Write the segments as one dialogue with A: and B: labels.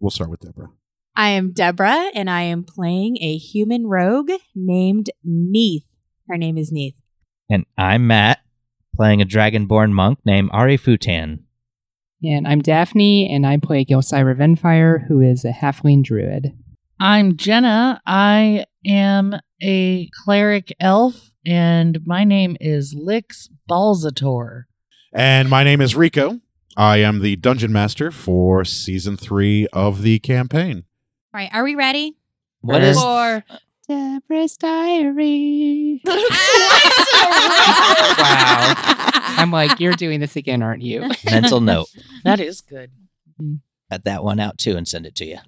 A: We'll start with Deborah.
B: I am Deborah, and I am playing a human rogue named Neith. Her name is Neith.
C: And I'm Matt, playing a dragonborn monk named Ari Futan.
D: And I'm Daphne, and I play Gilcyra Venfire, who is a halfling druid.
E: I'm Jenna. I am a cleric elf, and my name is Lix Balzator.
A: And my name is Rico. I am the dungeon master for season three of the campaign.
B: All right, are we ready?
C: What is-
B: For-
D: Deborah's Diary.
C: Wow.
B: Ah,
D: I'm like, you're doing this again, aren't you?
C: Mental note.
E: That is good.
C: Got that one out too and send it to you.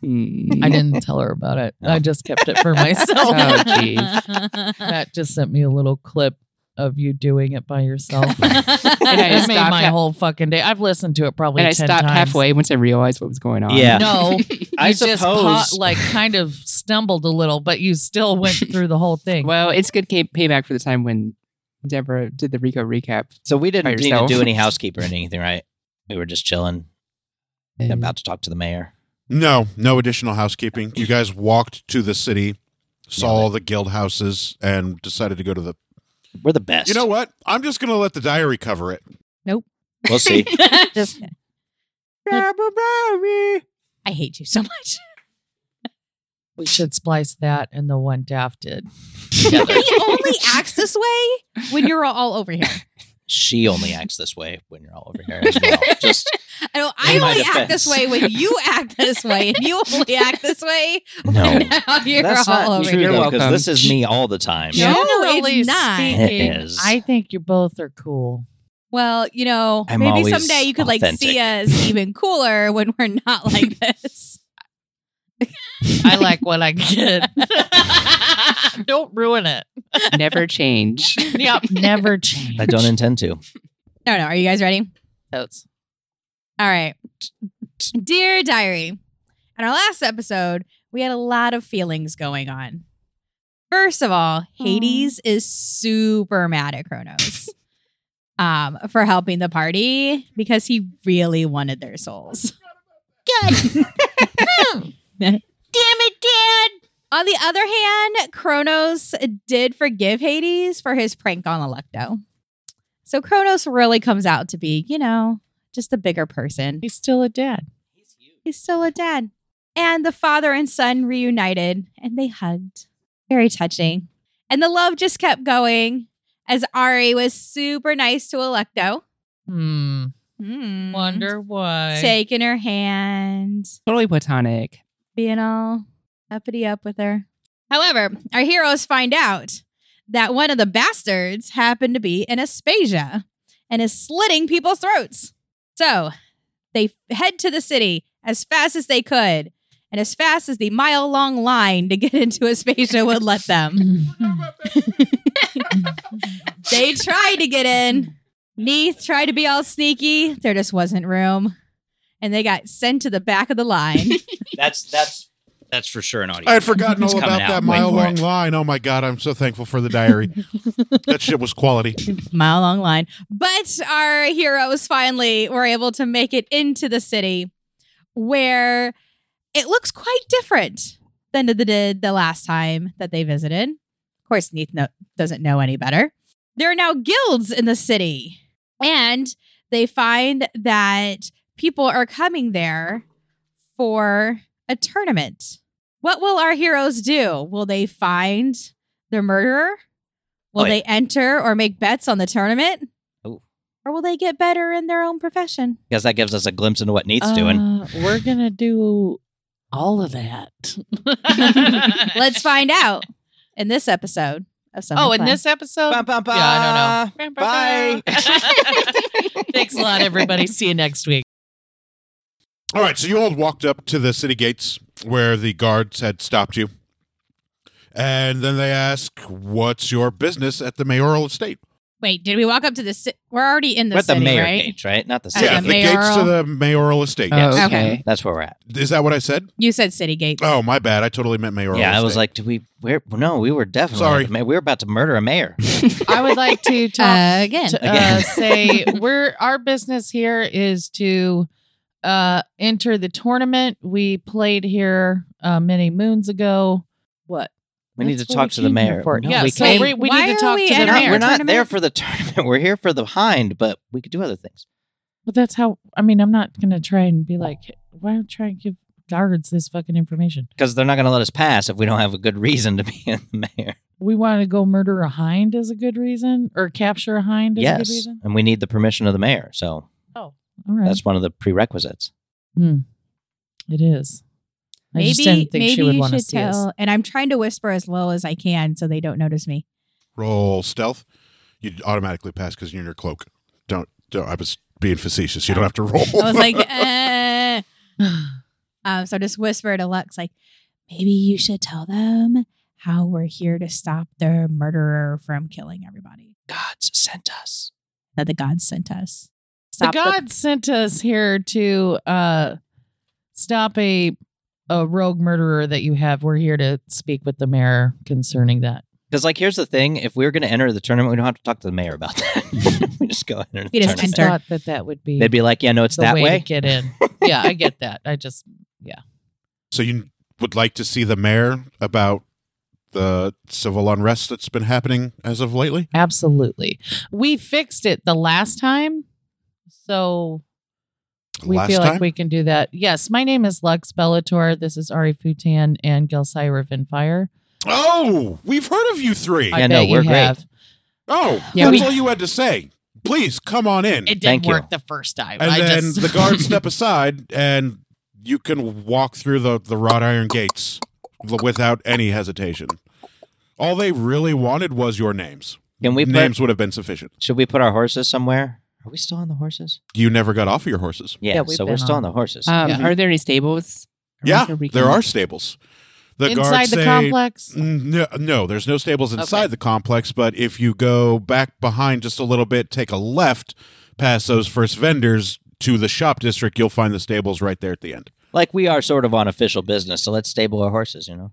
C: Hmm.
E: I didn't tell her about it.
C: No.
E: I just kept it for myself.
D: Oh, geez.
E: Matt just sent me a little clip of you doing it by yourself. and
D: And I
E: it made
D: stopped
E: my
D: ha-
E: whole fucking day. I've listened to it probably
D: and I
E: 10
D: stopped
E: times.
D: halfway once I realized what was going on.
C: Yeah.
E: No,
C: I
E: you
C: suppose.
E: just caught, like kind of stumbled a little, but you still went through the whole thing.
D: Well, it's good ca- payback for the time when Deborah did the Rico recap.
C: so we didn't
D: By
C: need to
D: yourself.
C: do any housekeeping or anything, right? We were just chilling, about to talk to the mayor.
A: No, no additional housekeeping. You guys walked to the city, saw all the guild houses, and decided to go to the.
C: We're the best.
A: You know what? I'm just going to let the diary cover it.
C: we'll see.
B: Just- I hate you so much.
E: we should splice that and the one Daft did.
B: he only acts this way when you're all over here.
C: she only acts this way when you're all over here as well. Just
B: I, know, I
C: In my
B: only act this way
C: defense.
B: when you act this way, and you only act this way
C: no.
B: when now you're
C: That's
B: all
C: not
B: over
C: true
B: here.
C: though, because
D: welcome.
C: this is me all the time.
B: Yeah. No, it's not.
E: speaking,
C: It is.
E: I think you both are cool.
B: Well, you know,
C: I'm
B: maybe
C: always
B: someday you could like see us even cooler when we're not like this.
E: I like what I get. Don't ruin it.
D: Never change.
E: Yep. Never change.
C: I don't intend to.
B: No, no. Are you guys ready?
E: Notes.
B: All right. Dear Diary, in our last episode, we had a lot of feelings going on. First of all, Hades is super mad at Kronos um, for helping the party because he really wanted their souls. Good. Hmm. Damn it, Dad. On the other hand, Kronos did forgive Hades for his prank on Electo. So Kronos really comes out to be, you know, just a bigger person.
E: He's still a dad.
B: He's still a dad. And the father and son reunited and they hugged. Very touching. And the love just kept going as Ari was super nice to Electo.
E: Hmm.
B: Hmm.
E: Wonder why.
B: Taking her hand,
D: totally platonic.
B: being all uppity up with her. However, our heroes find out that one of the bastards happened to be an Aspasia and is slitting people's throats. So they head to the city as fast as they could and as fast as the mile long line to get into Aspasia would let them. They tried to get in. Neath tried to be all sneaky. There just wasn't room. And they got sent to the back of the line.
C: That's that's that's for sure an audio.
A: I had forgotten
C: It's
A: all
C: coming
A: about
C: out.
A: that
C: Wait
A: mile
C: for
A: long
C: it.
A: line. Oh my God, I'm so thankful for the diary. that shit was quality.
B: mile long line. But our heroes finally were able to make it into the city where it looks quite different than it did the last time that they visited. Of course, Neith no- doesn't know any better. There are now guilds in the city, and they find that people are coming there for a tournament. What will our heroes do? Will they find their murderer? Will
C: Oh, yeah.
B: they enter or make bets on the tournament?
C: Oh.
B: Or will they get better in their own profession?
C: Because that gives us a glimpse into what Neat's doing.
E: Uh, we're gonna do all of that.
B: Let's find out in this episode of Summer
F: Oh, in
B: Fun.
F: this episode?
C: Bum, bum,
F: Yeah, I don't know.
C: bum. Bye.
F: Thanks a lot, everybody. See you next week.
A: All right, so you all walked up to the city gates where the guards had stopped you. And then they ask, What's your business at the mayoral estate?
B: Wait, did we walk up to the? Ci- we're already in the
C: We're at the
B: city,
C: mayor
B: right?
C: gates, right? Not the
B: At
C: city.
A: yeah,
B: the
A: the gates to
B: mayoral-
A: the mayoral estate.
D: Oh,
C: Yes.
D: okay.
B: Okay.
C: That's where we're at.
A: Is that what I said?
B: You said city gates.
A: Oh, my bad. I totally meant mayoral
C: yeah,
A: estate.
C: I was like, do we? Where? No, we were definitely.
A: Sorry.
C: at the ma- we were about to murder a mayor.
E: I would like to talk
B: Uh, again.
E: To, uh,
C: Again.
E: say we're our business here is to uh, enter the tournament. We played here uh, many moons ago. What?
C: We need to
E: That's what
C: talk to
E: came
C: the
E: here
C: mayor.
E: for.
C: No,
E: yeah,
C: we
E: so
C: came-
E: we, we
B: Why
E: need to
B: are
E: talk
B: we
E: to the
B: at
C: No,
B: our-
E: mayor.
C: we're not
B: Tournament?
C: there for the tournament. We're here for the hind, but we could do other things.
E: But that's how. I mean, I'm not gonna try and be like, why try and give guards this fucking information?
C: Because they're not going to let us pass if we don't have a good reason to be in the mayor.
E: We want to go murder a hind as a good reason, or capture a hind as a good
C: yes,
E: reason.
C: and we need the permission of the mayor. So
E: All right,
C: that's one of the prerequisites.
E: it is. I
B: Maybe
E: just didn't think
B: maybe
E: she would
B: you
E: want to
B: should
E: see
B: tell.
E: us.
B: And I'm trying to whisper as low as I can so they don't notice me.
A: Roll stealth. You automatically pass because you're in your cloak. Don't, don't. I was being facetious. You don't have to roll.
B: I was like, uh. um, so I just whisper to Lux, like, maybe you should tell them how we're here to stop their murderer from killing everybody
C: God's sent us.
B: that the gods sent us.
E: the
B: Stop the-
E: God sent us here to uh, stop a a rogue murderer that you have. We're here to speak with the mayor concerning that.
C: Because, like, here's the thing: if we were going to enter the tournament, we don't have to talk to the mayor about that. we just go enter the
B: We just
C: tournament.
E: I
B: enter.
E: thought that that would be
C: They'd be like, "Yeah, no, it's
E: the
C: that
E: way, to
C: way."
E: get in. yeah, I get that. I just
A: so you would like to see the mayor about the civil unrest that's been happening as of lately?
E: absolutely we fixed it the last time, so we
A: Last
E: feel
A: time?
E: like we can do that. Yes, my name is Lux Bellator. This is Ari Futan and Gelsira Vinfire.
A: oh, we've heard of you three.
E: I
C: Yeah,
E: bet
C: no,
E: you
C: we're great.
E: have.
A: Oh,
E: Yeah,
A: that's
E: we-
A: all you had to say. Please come on in.
E: It didn't
C: Thank you.
E: work the first time.
A: and
E: I
A: then
E: just,
A: the guards step aside, and you can walk through the, the wrought iron gates l- without any hesitation. All they really wanted was your names.
C: Can we put?
A: names would have been sufficient.
C: Should we put our horses somewhere? Are we still on the horses?
A: You never got off of your horses.
C: Yeah,
E: Yeah, we've
C: so we're
E: been
C: still on
E: on. Uh,
C: the horses.
D: Um, Are there any stables?
A: Yeah,
D: Or we
A: there
D: can-
A: are stables. The
E: inside
A: guards
E: the
A: say,
E: complex.
A: "Mm, No, no, there's no stables inside
E: Okay.
A: the complex, but if you go back behind just a little bit, take a left past those first vendors to the shop district, you'll find the stables right there at the end.
C: like we are sort of on official business, so let's stable our horses. You know,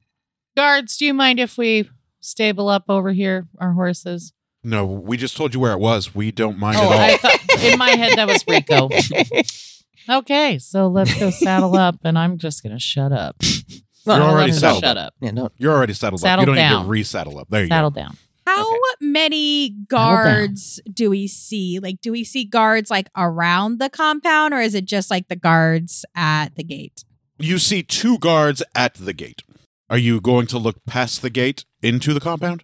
E: Guards, do you mind if we stable up over here our horses?
A: No, we just told you where it was. We don't mind at all.
E: Oh, I thought in my head that was Rico. okay, so let's go saddle up, and I'm just gonna shut up.
A: You're
E: Saddle
A: already
E: up and
A: saddled
E: Shut
A: up.
E: up.
C: yeah, no,
A: You're already saddled up.
E: Saddled
A: You don't need
E: down.
A: to resaddle up. There you
E: Saddle down.
B: How
C: Okay.
B: many guards do we see? Like, do we see guards like around the compound, or is it just like the guards at the gate?
A: go. You see two guards at the gate. Are you going to look past the gate into the compound?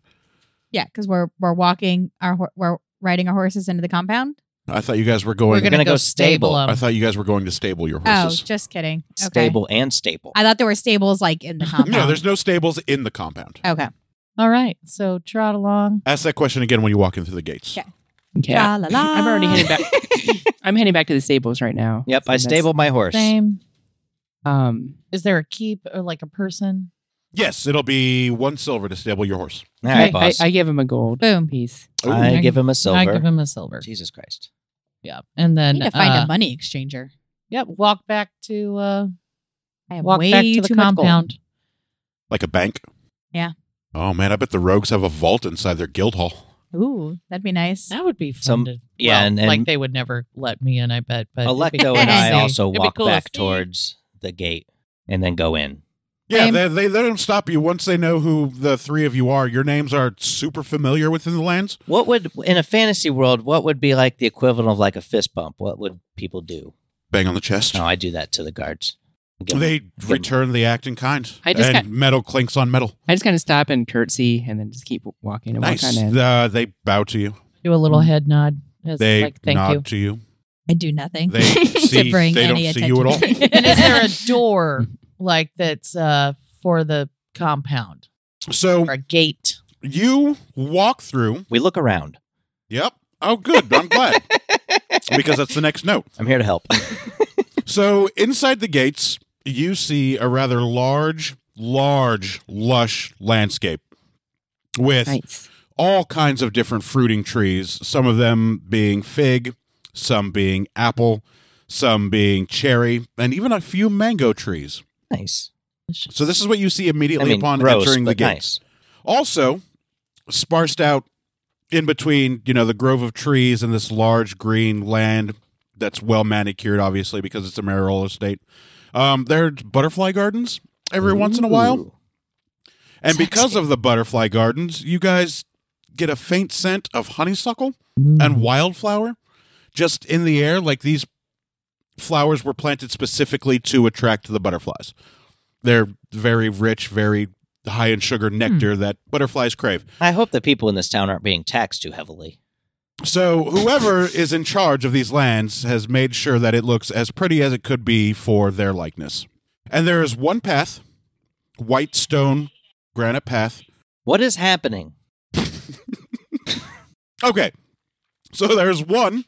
B: Yeah, because we're we're walking our ho- we're riding our horses into the compound.
A: I thought you guys were
E: We're
A: going.
E: gonna,
C: gonna
E: go
C: go
E: stable
C: stable.
E: them.
A: I thought you guys were going to stable your
B: Oh,
A: horses.
B: just kidding. Okay.
C: stable and staple.
B: I thought there were stables like in the compound.
A: no, there's no stables in the compound.
B: okay.
E: All right, so trot along.
A: Ask that question again when you walk in through the gates.
B: Okay.
D: Okay.
B: La, la, la.
D: I'm already heading back. I'm heading back to the stables right now.
C: Yep,
D: So
C: I
D: that's-
C: stabled my horse.
E: Same.
D: Um,
E: Is there a keep or like a person?
A: Yes, it'll be one silver to stable your horse.
C: All right,
D: I,
C: boss.
D: I,
C: I,
D: I give him a gold
B: Boom.
D: piece.
E: I
C: give him a silver.
E: I give him a silver.
C: Jesus Christ.
E: Yeah, and
B: I
E: then
B: need to find
E: uh,
B: a money exchanger.
E: Yep, walk back to uh,
B: I have
E: walk
B: way
E: back to the
B: too much gold.
E: compound.
A: Like a bank?
B: Yeah.
A: Oh, man, I bet the rogues have a vault inside their guild hall.
B: Ooh, that'd be nice.
E: That would be fun.
C: Some-
E: to,
C: yeah,
E: well,
C: and- and-
E: like they would never let me in. I bet. But it'd be
C: Electo
E: cool
C: and
E: to
C: I
E: see.
C: also
E: It'd be
C: walk
E: cool to
C: back
E: see.
C: towards the gate and then go in.
A: Yeah,
E: Same.
A: they, they, they don't stop you once they know who the three of you are. Your names are super familiar within the lands.
C: What would in a fantasy world? What would be like the equivalent of like a fist bump? What would people do?
A: Bang on the chest.
C: No, I do that to the guards. Give 'em-
A: They
C: give 'em-
A: return the act in kind.
D: I just
A: and
D: got-
A: metal clinks on metal.
D: I just kind of stop and curtsy and then just keep walking and
A: Nice.
D: walk on in.
A: Uh, they bow to you.
E: do a little head nod. It's
A: They
E: like, thank
A: nod
E: you.
A: to you.
B: I do nothing
A: They see.
B: bring
A: they don't
B: any
A: see you at all.
B: attention.
E: and is there a door like that's uh, for the compound
A: So
E: or a gate?
A: you walk through.
C: We look around.
A: Yep. Oh, good. I'm glad because that's the next note.
C: I'm here to help.
A: So inside the gates, you see a rather large, large, lush landscape with
G: Nice.
A: all kinds of different fruiting trees, some of them being fig, some being apple, some being cherry, and even a few mango trees.
C: nice.
A: So this is what you see
C: I
A: immediately
C: mean,
A: upon
C: gross,
A: entering the
C: but
A: gates.
C: nice.
A: Also, sparsed out in between, you know, the grove of trees and this large green land that's well manicured, obviously, because it's a marigold estate. Um, there's butterfly gardens every once in a while.
C: Ooh.
A: And because of the butterfly gardens, you guys get a faint scent of honeysuckle and wildflower just in the air. Like these flowers were planted specifically to attract the butterflies. They're very rich, very high in sugar nectar that butterflies crave.
C: I hope the people in this town aren't being taxed too heavily.
A: So, whoever is in charge of these lands has made sure that it looks as pretty as it could be for their likeness. And there is one path, white stone granite path,
C: What is happening?
A: Okay. So there's one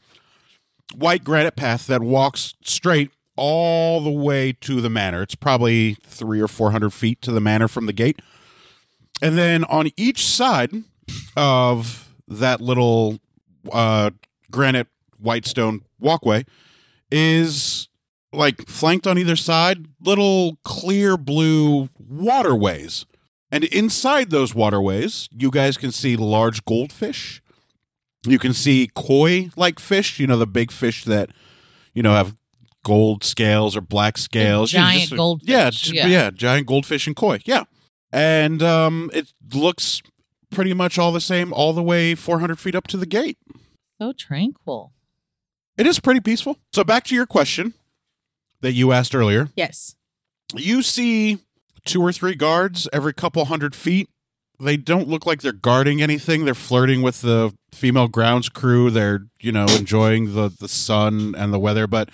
A: white granite path that walks straight all the way to the manor. It's probably three or 400 feet to the manor from the gate. And then on each side of that little uh, granite white stone walkway is like flanked on either side little clear blue waterways. And inside those waterways, you guys can see large goldfish. You can see koi like fish, you know, the big fish that, you know, have gold scales or black scales. You know,
E: giant
A: just-
E: goldfish,
A: Yeah, j-
E: yeah.
A: yeah, giant goldfish and koi. Yeah. And um, it looks pretty much all the same all the way 400 feet up to the gate.
E: So tranquil.
A: It is pretty peaceful. So back to your question that you asked earlier.
B: yes.
A: You see two or three guards every couple hundred feet. They don't look like they're guarding anything. They're flirting with the female grounds crew. They're, you know, enjoying the, the sun and the weather. But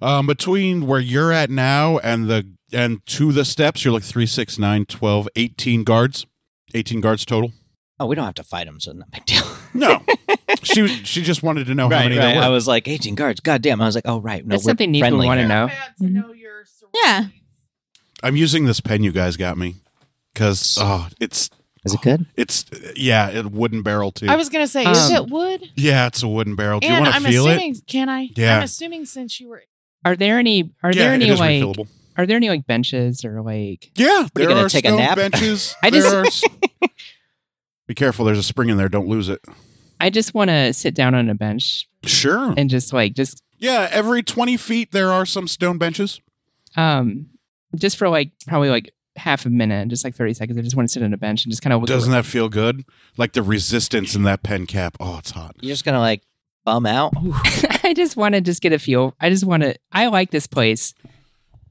A: um, between where you're at now and the and to the steps, you're like 3, 6, 9, 12, 18 guards. 18 guards total.
C: Oh, we don't have to fight them, so not big deal.
A: No. she was, she just wanted to know how
C: right,
A: many
C: right.
A: there were.
C: I was like, 18 guards. God damn. I was like, oh, right. No,
D: That's
C: we're
D: something neat we
C: friendly
D: want to
C: here.
D: know.
B: Yeah.
A: I'm using this pen you guys got me because oh, it's
C: Is it good?
A: it's yeah, it wooden barrel too.
E: I was gonna say, is
D: Um,
E: it wood?
A: yeah, it's a wooden barrel. Do you
E: and
A: want to
E: I'm
A: feel
E: assuming, can I?
A: Yeah.
E: I'm assuming since you were
D: Are there any? Are
A: it?
D: there
A: Yeah, it
D: any
A: is
D: like?
A: refillable.
D: Are there any like benches or like?
A: Yeah,
C: you
A: there
C: gonna
A: are
C: take a
A: stone
C: nap?
A: benches.
D: I
A: there
D: just-
A: are s- be careful. There's a spring in there. Don't lose it.
D: I just want to sit down on a bench
A: Sure.
D: and just like just
A: Yeah, every twenty feet there are some stone benches.
D: um just for like probably like half a minute, just like thirty seconds. I just want to sit on a bench and just kind of look.
A: Doesn't
D: around.
A: that feel good? Like the resistance in that pen cap. Oh, it's hot.
C: You're just going to like bum out?
D: I just want to just get a feel. I just want to. I like this place.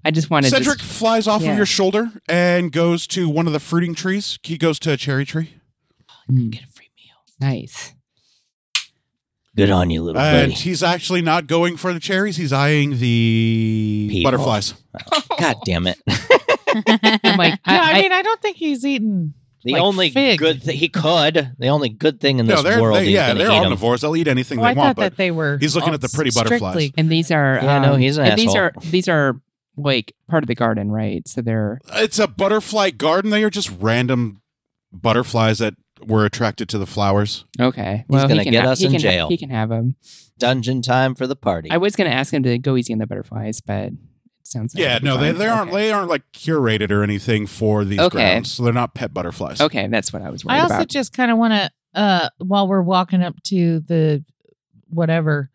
D: I just want to.
A: Cedric
D: Just,
A: flies off
D: Yeah.
A: of your shoulder and goes to one of the fruiting trees. He goes to a cherry tree.
D: Mm,
C: Get a free meal.
D: nice.
C: Good on you, little
A: And
C: buddy.
A: he's actually not going for the cherries. He's eyeing the
C: People.
A: butterflies.
C: God damn it.
D: I'm like.
E: Yeah, I,
D: I, I-
E: mean, I don't think he's eaten
C: The
E: Like
C: only
E: fig.
C: good thing he could, the only good thing in
A: No,
C: this
A: they're
C: world,
A: they,
C: he's
A: yeah,
C: gonna
A: they're
C: eat 'em.
A: omnivores. They'll eat anything
E: Oh,
A: they
E: I
A: want,
E: thought
A: but
E: that they were.
A: he's looking at the pretty
E: strictly-
A: butterflies.
D: and these are.
C: Yeah, no,
D: um,
C: he's an
D: and These
C: asshole.
D: are these are like part of the garden, right? So they're
A: it's a butterfly garden. They are just random butterflies that were attracted to the flowers.
D: okay.
C: He's gonna
D: he can
C: get
D: ha-
C: us
D: he
C: in
D: can ha-
C: jail.
D: he can have them.
C: Dungeon time for the party.
D: I was gonna ask him to go easy on the butterflies, but it sounds like
A: Yeah,
D: it'll be
A: no, they,
D: fine.
A: they aren't
D: Okay.
A: they aren't like curated or anything for these
D: Okay.
A: grounds. So they're not pet butterflies.
D: Okay, that's what I was worried
E: I also
D: about.
E: just kind of want to, uh, while we're walking up to the whatever,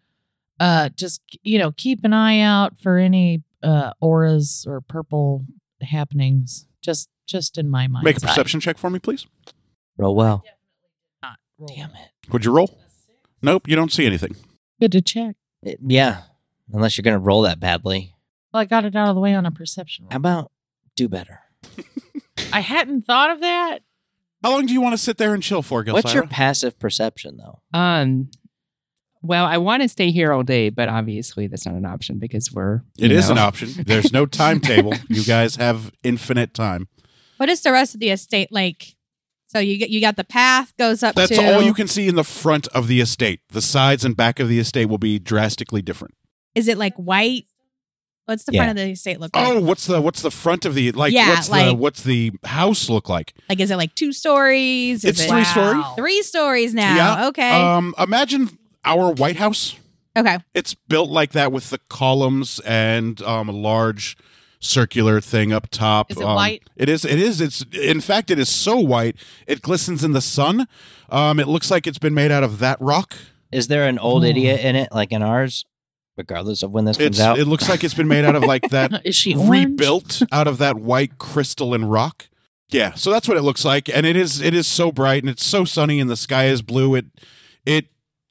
E: uh, just you know, keep an eye out for any uh auras or purple happenings. Just, just in my mind.
A: Make a perception check for me, please.
C: Roll well.
E: Damn
C: Damn it.
A: Would you roll? Nope, you don't see anything.
E: Good to check.
C: It- Yeah, unless you're gonna roll that badly.
E: Well, I got it out of the way on a perception.
C: How
E: roll.
C: about do better?
E: I hadn't thought of that.
A: How long do you want to sit there and chill for, Gilsyra?
C: What's your passive perception though?
D: Um, Well, I want to stay here all day, but obviously that's not an option because we're.
A: It
D: you
A: is
D: know.
A: an option. There's no timetable. you guys have infinite time.
B: What is the rest of the estate like? So you get you got the path goes up
A: That's
B: to
A: all you can see in the front of the estate. The sides and back of the estate will be drastically different.
B: Is it like white? What's the
C: Yeah.
B: front of the estate look like?
A: Oh, what's the what's the front of the like
B: Uh, Yeah,
A: what's the
B: like-
A: what's the house look like?
B: Like is it like two stories? Is
A: It's
B: it
A: three story.
B: three stories now.
A: Yeah.
B: Okay.
A: Um imagine our White House.
B: okay.
A: It's built like that with the columns and um a large circular thing up top.
E: Is it
A: Um,
E: white?
A: It is it is it's in fact it is so white it glistens in the sun. Um it looks like it's been made out of that rock.
C: Is there an old
D: Hmm.
C: idiot in it, like in ours, regardless of when this
A: It's
C: comes out?
A: it looks like it's been made out of like that
E: Is she orange?
A: rebuilt out of that white crystalline rock. Yeah, so that's what it looks like, and it is it is so bright and it's so sunny and the sky is blue. It it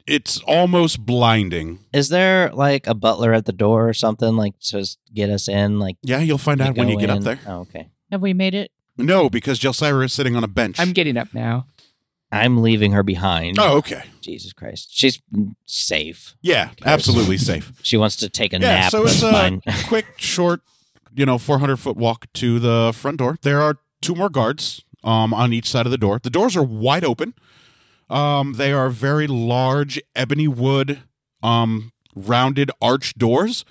A: it's almost blinding.
C: Is there like a butler at the door or something, like to s- get us in? Like
A: Yeah, you'll find
C: to
A: out when
C: go
A: you get up
C: in?
A: there.
C: Oh, okay,
E: Have we made it?
A: No, because Jelsira is sitting on a bench.
D: I'm getting up now.
C: I'm leaving her behind.
A: oh, okay.
C: Jesus Christ, she's safe.
A: Yeah, absolutely safe.
C: She wants to take a
A: Yeah,
C: nap.
A: so it's,
C: that's
A: uh,
C: fine.
A: Quick, short, you know, 400 foot walk to the front door. There are two more guards um, on each side of the door. The doors are wide open. Um, they are very large ebony wood, um, rounded arch doors.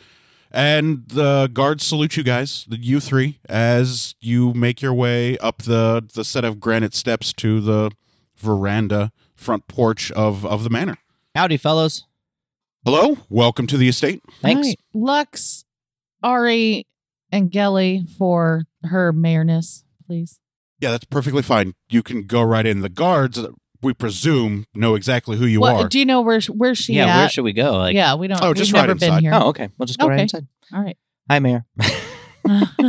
A: And the guards salute you guys, the you three, as you make your way up the, the set of granite steps to the veranda front porch of, of the manor.
C: Howdy, fellows.
A: Hello, welcome to the estate.
C: Thanks.
E: Right. Lux, Ari, and Gelly for her mayorness, please.
A: Yeah, that's perfectly fine. You can go right in. The guards, we presume, know exactly who you
E: What-
A: are.
E: Do you know where where she
C: yeah,
E: at?
C: where should we go? Like,
E: yeah, we don't.
A: Oh,
E: we've
A: just right
E: never been
A: inside.
E: here.
C: Oh, okay. We'll just go right
E: Okay.
C: inside.
E: All right.
C: Hi, Mayor.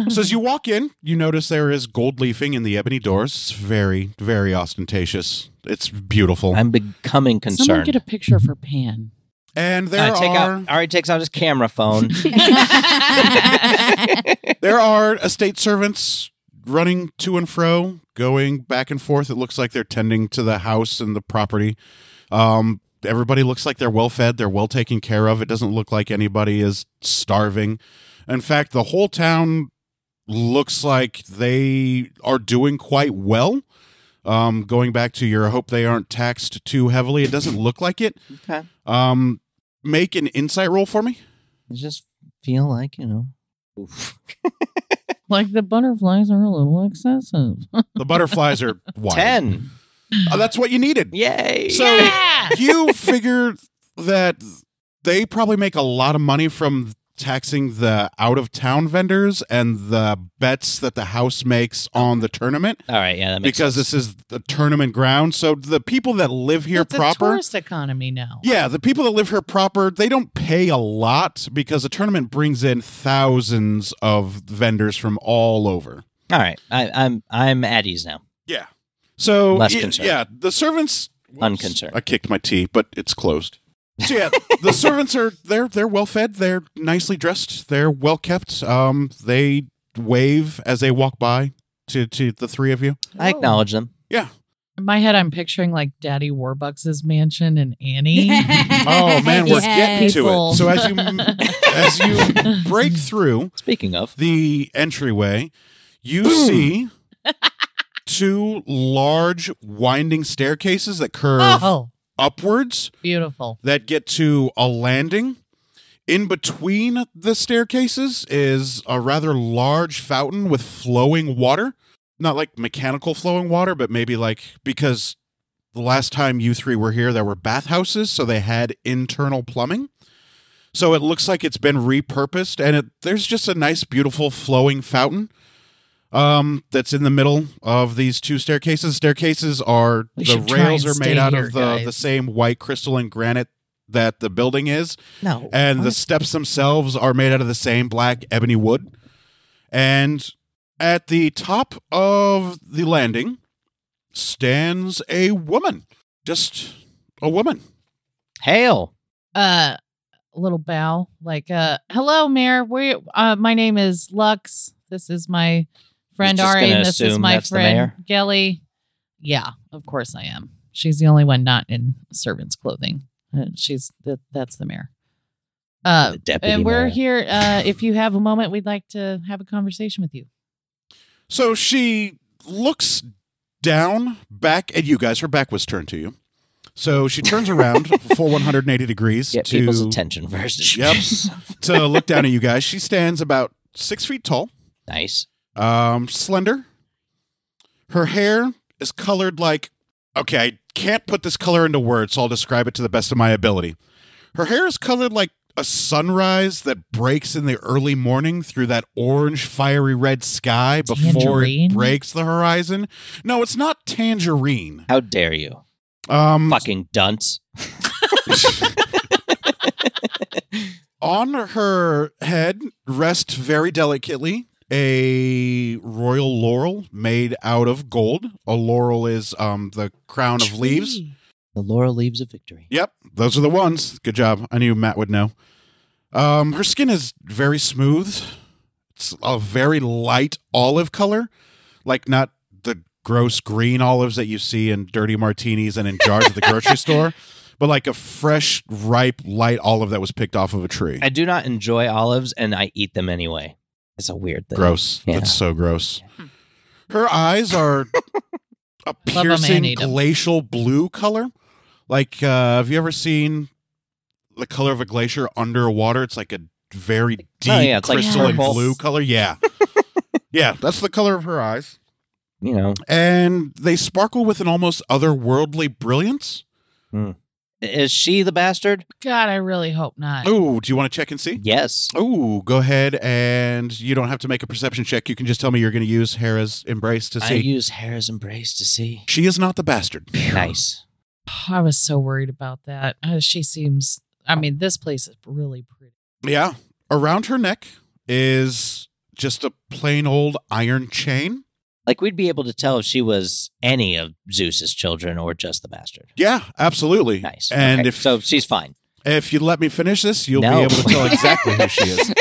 A: so as you walk in, you notice there is gold leafing in the ebony doors. It's very, very ostentatious. It's beautiful.
C: I'm becoming
E: Someone
C: concerned.
E: get a picture of her pan.
A: and there
C: I take
A: are
C: Uh, out, Ari takes out his camera phone.
A: there are estate servants running to and fro, going back and forth. It looks like they're tending to the house and the property. Um, everybody looks like they're well fed, they're well taken care of. It doesn't look like anybody is starving. In fact, the whole town looks like they are doing quite well. Um, going back to your hope they aren't taxed too heavily, it doesn't look like it.
C: okay.
A: Um, make an insight roll for me.
C: I just feel like, you know. oof.
E: Like the butterflies are a little excessive.
A: The butterflies are wild.
C: 10.
A: Oh, that's what you needed.
C: Yay.
A: So you figure that they probably make a lot of money from taxing the out of town vendors and the bets that the house makes on the tournament
C: All right. Yeah, that makes
A: because this is the tournament ground. So the people that live here
E: it's a
A: proper.
E: tourist economy now.
A: Yeah, the people that live here proper, they don't pay a lot because the tournament brings in thousands of vendors from all over.
C: All right. I, I'm I'm at ease now.
A: Yeah. So
C: Less
A: y-
C: concerned.
A: yeah, the servants
C: Unconcerned.
A: I kicked my tea, but it's closed. So yeah, the servants are they're they're well fed, they're nicely dressed, they're well kept. Um, they wave as they walk by to to the three of you.
C: I acknowledge them.
E: In my head, I'm picturing like Daddy Warbucks' mansion and Annie.
A: Oh man, we're
B: Yes.
A: getting to
E: People.
A: it. So as you as you break through
C: Speaking of,
A: the entryway, you see two large winding staircases that curve
E: oh,
A: upwards.
E: beautiful.
A: that get to a landing. In between the staircases is a rather large fountain with flowing water. Not like mechanical flowing water, but maybe like because the last time you three were here, there were bathhouses, so they had internal plumbing. So it looks like it's been repurposed, and it, there's just a nice, beautiful flowing fountain um, that's in the middle of these two staircases. Staircases are
E: We
A: the
E: should try
A: rails
E: and
A: are made
E: stay
A: out
E: here,
A: of the, the
E: guys.
A: same white crystalline granite that the building is,
C: no.
A: and the steps themselves are made out of the same black ebony wood. And at the top of the landing stands a woman, just a woman.
C: Hail.
E: Uh, a little bow, like uh, hello, Mayor. We, uh, my name is Lux. This is my friend
C: You're just
E: Ari,
C: gonna
E: and this is
C: assume
E: my
C: that's the
E: friend
C: mayor?
E: Gelly. Yeah, of course I am. She's the only one not in servant's clothing. Uh, She's that, that's the mayor. Uh,
C: the deputy
E: and we're
C: mayor.
E: here. Uh, if you have a moment, we'd like to have a conversation with you.
A: So she looks down, back at you guys. Her back was turned to you. So she turns around full 180 degrees
C: Get
A: to
C: people's attention first.
A: Yep. to look down at you guys. She stands about six feet tall,
C: nice.
A: um, slender. Her hair is colored like. Okay, I can't put this color into words, so I'll describe it to the best of my ability. Her hair is colored like a sunrise that breaks in the early morning through that orange, fiery red sky before
E: Tangerine?
A: it breaks the horizon. No, it's not tangerine.
C: How dare you,
A: Um,
C: fucking dunce?
A: On her head rests very delicately a royal laurel made out of gold. A laurel is um, the crown of leaves.
E: Tree.
C: The laurel leaves of victory.
A: Yep, those are the ones. Good job. I knew Matt would know. Um, her skin is very smooth. It's a very light olive color, like not the gross green olives that you see in dirty martinis and in jars at the grocery store, but like a fresh, ripe, light olive that was picked off of a tree.
C: I do not enjoy olives, and I eat them anyway. It's a weird thing.
A: Gross.
C: Yeah. Hmm.
A: That's so gross. Her eyes are a
E: how man
A: piercing
E: eat 'em.
A: glacial blue color. Like, uh, have you ever seen the color of a glacier underwater? It's like a very deep
C: Oh, yeah, it's like
A: crystalline
C: purple.
A: blue color. Yeah. yeah, that's the color of her eyes.
C: You know,
A: And they sparkle with an almost otherworldly brilliance.
C: is she the bastard?
E: God, I really hope not.
A: Ooh, do you want to check and see?
C: Yes.
A: Ooh, go ahead and you don't have to make a perception check. You can just tell me you're going to use Hera's embrace to
C: I
A: see.
C: use Hera's embrace to see.
A: She is not the bastard.
C: Nice.
E: I was so worried about that. Uh, she seems. I mean, this place is really pretty.
A: Yeah. Around her neck is just a plain old iron chain.
C: Like we'd be able to tell if she was any of Zeus's children or just the bastard.
A: Yeah, absolutely.
C: Nice.
A: And
C: Okay.
A: if
C: so, she's fine.
A: if you let me finish this, you'll
C: No.
A: be able to tell exactly who she is.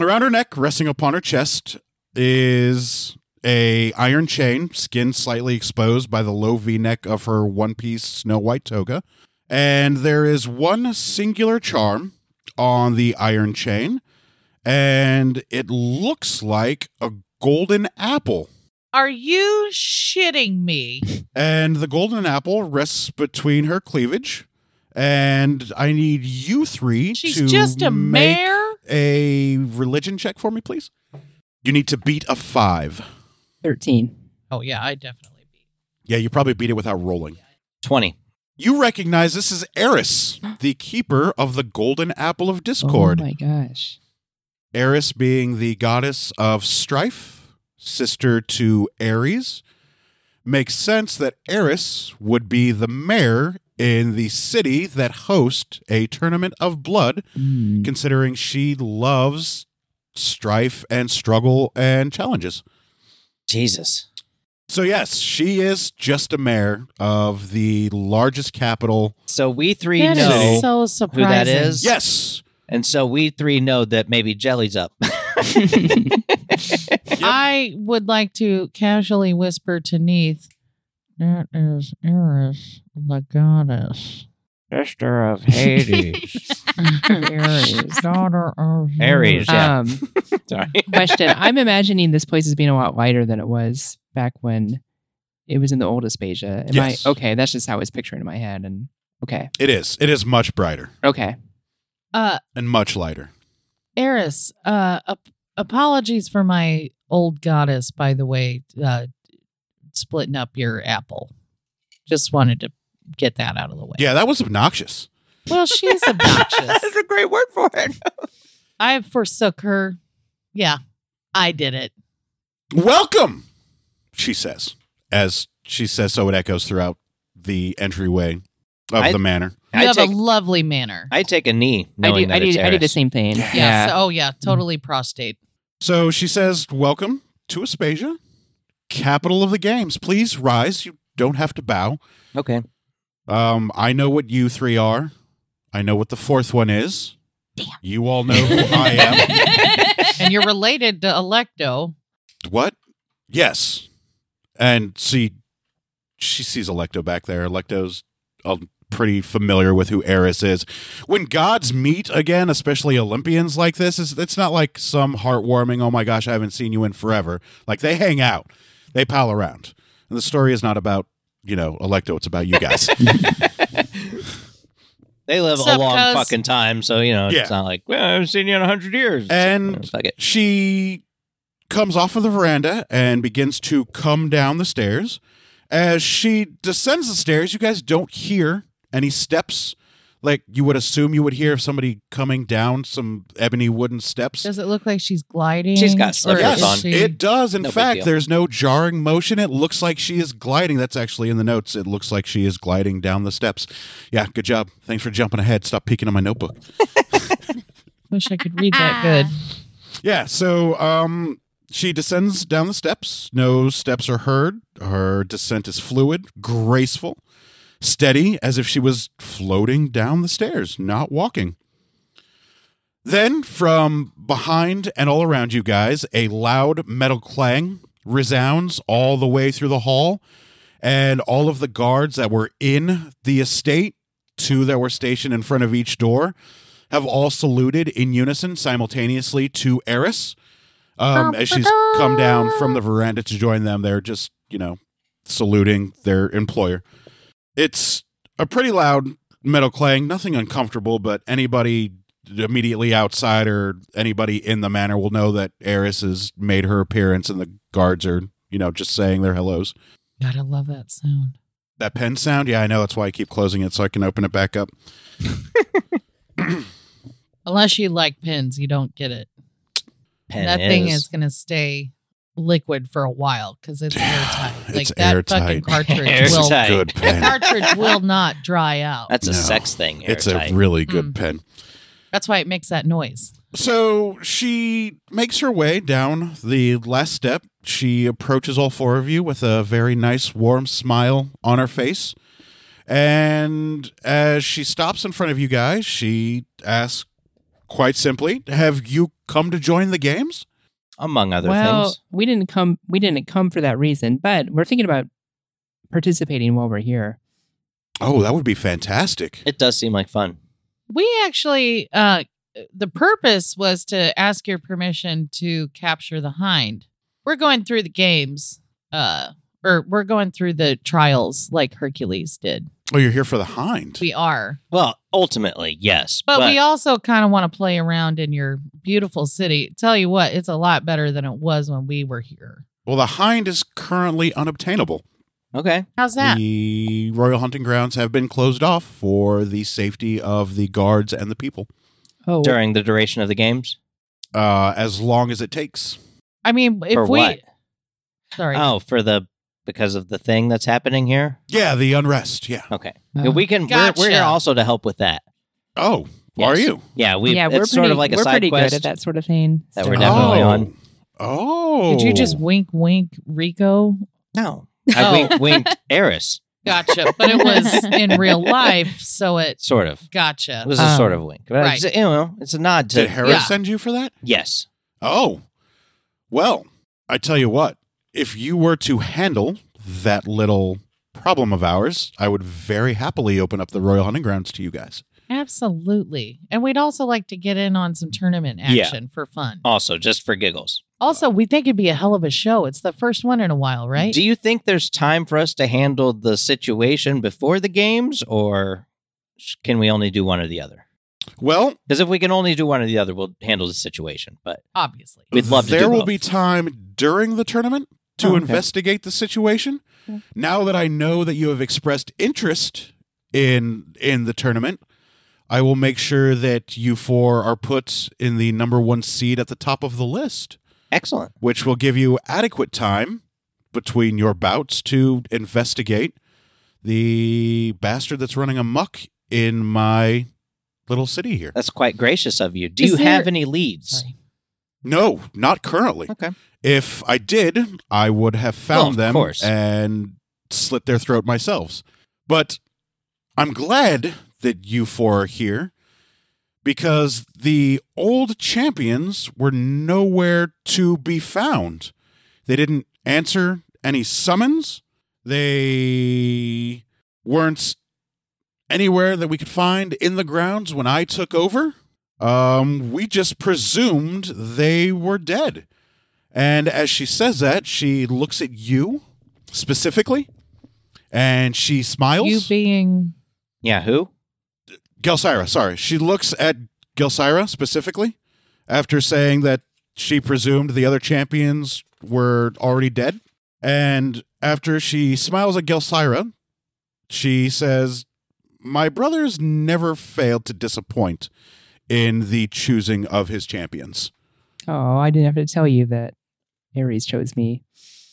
A: Around her neck, resting upon her chest, is a iron chain, skin slightly exposed by the low V-neck of her one-piece snow white toga. And there is one singular charm on the iron chain, and it looks like a golden apple.
E: Are you shitting me?
A: And the golden apple rests between her cleavage. And I need you three to
E: She's just a
A: make
E: mare.
A: a religion check for me, please? You need to beat a five.
D: 13.
E: Oh yeah, I definitely beat.
A: Yeah, you probably beat it without rolling.
C: 20.
A: You recognize this is Eris, the keeper of the golden apple of discord.
D: Oh my gosh.
A: Eris being the goddess of strife, sister to Ares. Makes sense that Eris would be the mayor in the city that hosts a tournament of blood,
D: Mm.
A: considering she loves strife and struggle and challenges.
C: Jesus.
A: So yes, she is just a mayor of the largest capital.
C: So we three
E: That is
C: know.
E: so
C: who
E: surprising.
C: that is.
A: Yes.
C: and so we three know that maybe Jelly's up.
E: I would like to casually whisper to Neith, that is Eris, the goddess.
C: Sister of Hades.
E: Ares, daughter of
C: Ares, yeah.
D: Um,
C: Sorry.
D: question. I'm imagining this place as being a lot wider than it was back when it was in the old Aspasia. Am
A: Yes.
D: I okay? That's just how I was picturing it in my head. And okay,
A: It is. It is much brighter
D: okay.
E: Uh,
A: and much lighter.
E: Eris, uh, ap- apologies for my old goddess, by the way, uh, splitting up your apple. Just wanted to get that out of the way.
A: Yeah, that was obnoxious.
E: Well, she's obnoxious.
C: a great word for it.
E: I forsook her. Yeah, I did it.
A: Welcome, she says. As she says so it echoes throughout the entryway of
C: I-
A: the manor.
E: You
C: I
E: have
C: take,
E: a lovely manner.
C: I take a knee
D: I
C: knowing
D: do.
C: that
D: I
C: it's
D: do. I do the
C: Ares.
D: same thing.
A: Yeah.
D: Yeah.
E: yeah. so- oh yeah, totally prostate.
A: So she says, Welcome to Aspasia, capital of the games. Please rise. You don't have to bow.
C: Okay.
A: Um, I know what you three are. I know what the fourth one is. Damn. You all know who I am.
E: and you're related to Electo.
A: What? Yes. And see, she sees Electo back there. Electo's a um, pretty familiar with who Eris is. When gods meet again, especially Olympians like this, is it's not like some heartwarming, oh my gosh, I haven't seen you in forever. Like they hang out. They pal around. And the story is not about, you know, Electo, it's about you guys.
C: They live
E: Sup,
C: a long
E: cuz?
C: fucking time, so you know
A: Yeah.
C: it's not like well, I haven't seen you in hundred years.
A: And-
C: fuck it.
A: she comes off of the veranda and begins to come down the stairs. As she descends the stairs, you guys don't hear any steps. Like you would assume you would hear if somebody coming down some ebony wooden steps.
E: Does it look like she's gliding?
C: She's got
E: or
C: slippers
E: is
A: Yes,
C: on.
E: she-
A: it does. In
C: No big
A: fact,
C: deal.
A: there's no jarring motion. It looks like she is gliding. That's actually in the notes. It looks like she is gliding down the steps. Yeah, good job. Thanks for jumping ahead. Stop peeking on my notebook.
E: Wish I could read that good.
A: Yeah, so um she descends down the steps. No steps are heard. Her descent is fluid, graceful, steady, as if she was floating down the stairs, not walking. Then, from behind and all around you guys, a loud metal clang resounds all the way through the hall, and all of the guards that were in the estate, two that were stationed in front of each door, have all saluted in unison simultaneously to Eris um, as she's come down from the veranda to join them. They're just, you know, saluting their employer. It's a pretty loud metal clang, nothing uncomfortable, but anybody immediately outside or anybody in the manor will know that Eris has made her appearance and the guards are, you know, just saying their hellos.
E: Gotta love that sound.
A: That pen sound, yeah, I know. That's why I keep closing it so I can open it back up.
E: Unless you like pins, you don't get it.
C: Pen
E: that thing
C: is-
E: is gonna stay liquid for a while because it's airtight. Like
A: It's
E: that fucking
A: airtight.
E: cartridge will
C: Airtight.
A: Good
E: that
A: pen.
E: cartridge will not dry out.
C: That's a
A: No.
C: sex thing.
A: It's a
C: airtight.
A: really good
E: Mm.
A: pen.
E: That's why it makes that noise.
A: So she makes her way down the last step. She approaches all four of you with a very nice, warm smile on her face. And as she stops in front of you guys, she asks quite simply, Have you come to join the games?
C: among other
D: well,
C: things.
D: we didn't come. We didn't come for that reason, but we're thinking about participating while we're here.
A: Oh, that would be fantastic.
C: It does seem like fun.
E: We actually uh the purpose was to ask your permission to capture the hind. We're going through the games, uh or we're going through the trials like Hercules did.
A: Oh, you're here for the hind.
E: We are.
C: Well, ultimately, yes,
E: But, we also kind of want to play around in your beautiful city. Tell you what, it's a lot better than it was when we were here.
A: Well, the hind is currently unobtainable.
C: okay.
E: How's that?
A: The royal hunting grounds have been closed off for the safety of the guards and the people
D: Oh,
C: During the duration of the games.
A: uh, as long as it takes.
E: I mean, if
C: For
E: we
C: what?
E: sorry,
C: Oh, for the because of the thing that's happening here.
A: Yeah, the unrest. Yeah.
C: Okay,
D: uh,
C: we can. We're,
E: Gotcha.
C: we're here also to help with that.
A: Oh,
C: Yes.
A: are you?
C: Yeah, we.
D: yeah,
C: it's
D: we're
C: sort
D: pretty-
C: of like a
D: we're
C: side
D: pretty
C: quest.
D: good at that sort of thing.
C: that
D: so-
C: we're definitely
A: oh.
C: on.
A: Oh.
E: did you just wink, wink, Rico?
C: No,
D: Oh.
C: I wink, winked Eris,
E: Gotcha, but it was in real life, so it
C: sort of.
E: gotcha.
C: It was a
D: Um,
C: sort of wink, but
E: right.
C: it's, you know, it's a nod to
A: Did Harris
E: Yeah.
A: send you for that?
C: yes.
A: Oh. Well, I tell you what. If you were to handle that little problem of ours, I would very happily open up the Royal Hunting Grounds to you guys.
E: Absolutely. And we'd also like to get in on some tournament
C: Yeah.
E: action for fun.
C: Also, just for giggles.
E: Also, we think it'd be a hell of a show. It's the first one in a while, right?
C: Do you think there's time for us to handle the situation before the games, or sh- can we only do one or the other?
A: Well,
C: Because if we can only do one or the other, we'll handle the situation. But
E: Obviously.
C: we'd love to.
A: there
C: do
A: will
C: both.
A: be time during the tournament to
C: Oh, okay. Mm-hmm.
A: investigate the situation. Now that I know that you have expressed interest in in the tournament, I will make sure that you four are put in the number one seed at the top of the list,
C: excellent.
A: which will give you adequate time between your bouts to investigate the bastard that's running amok in my little city here.
C: That's quite gracious of you. Do
E: Is
C: you have
E: there-
C: any leads?
E: Sorry.
A: No, not currently.
C: Okay.
A: If I did, I would have
C: Well,
A: found
C: of
A: them
C: course.
A: and slit their throat myself. But I'm glad that you four are here because the old champions were nowhere to be found. They didn't answer any summons. They weren't anywhere that we could find in the grounds when I took over. Um, we just presumed they were dead. And as she says that, she looks at you specifically and she smiles.
E: You being
C: Yeah, who?
A: Gelsira, sorry. She looks at Gelsira specifically after saying that she presumed the other champions were already dead. And after she smiles at Gelsira, she says, My brothers never failed to disappoint in the choosing of his champions.
D: Oh, I didn't have to tell you that Ares chose me.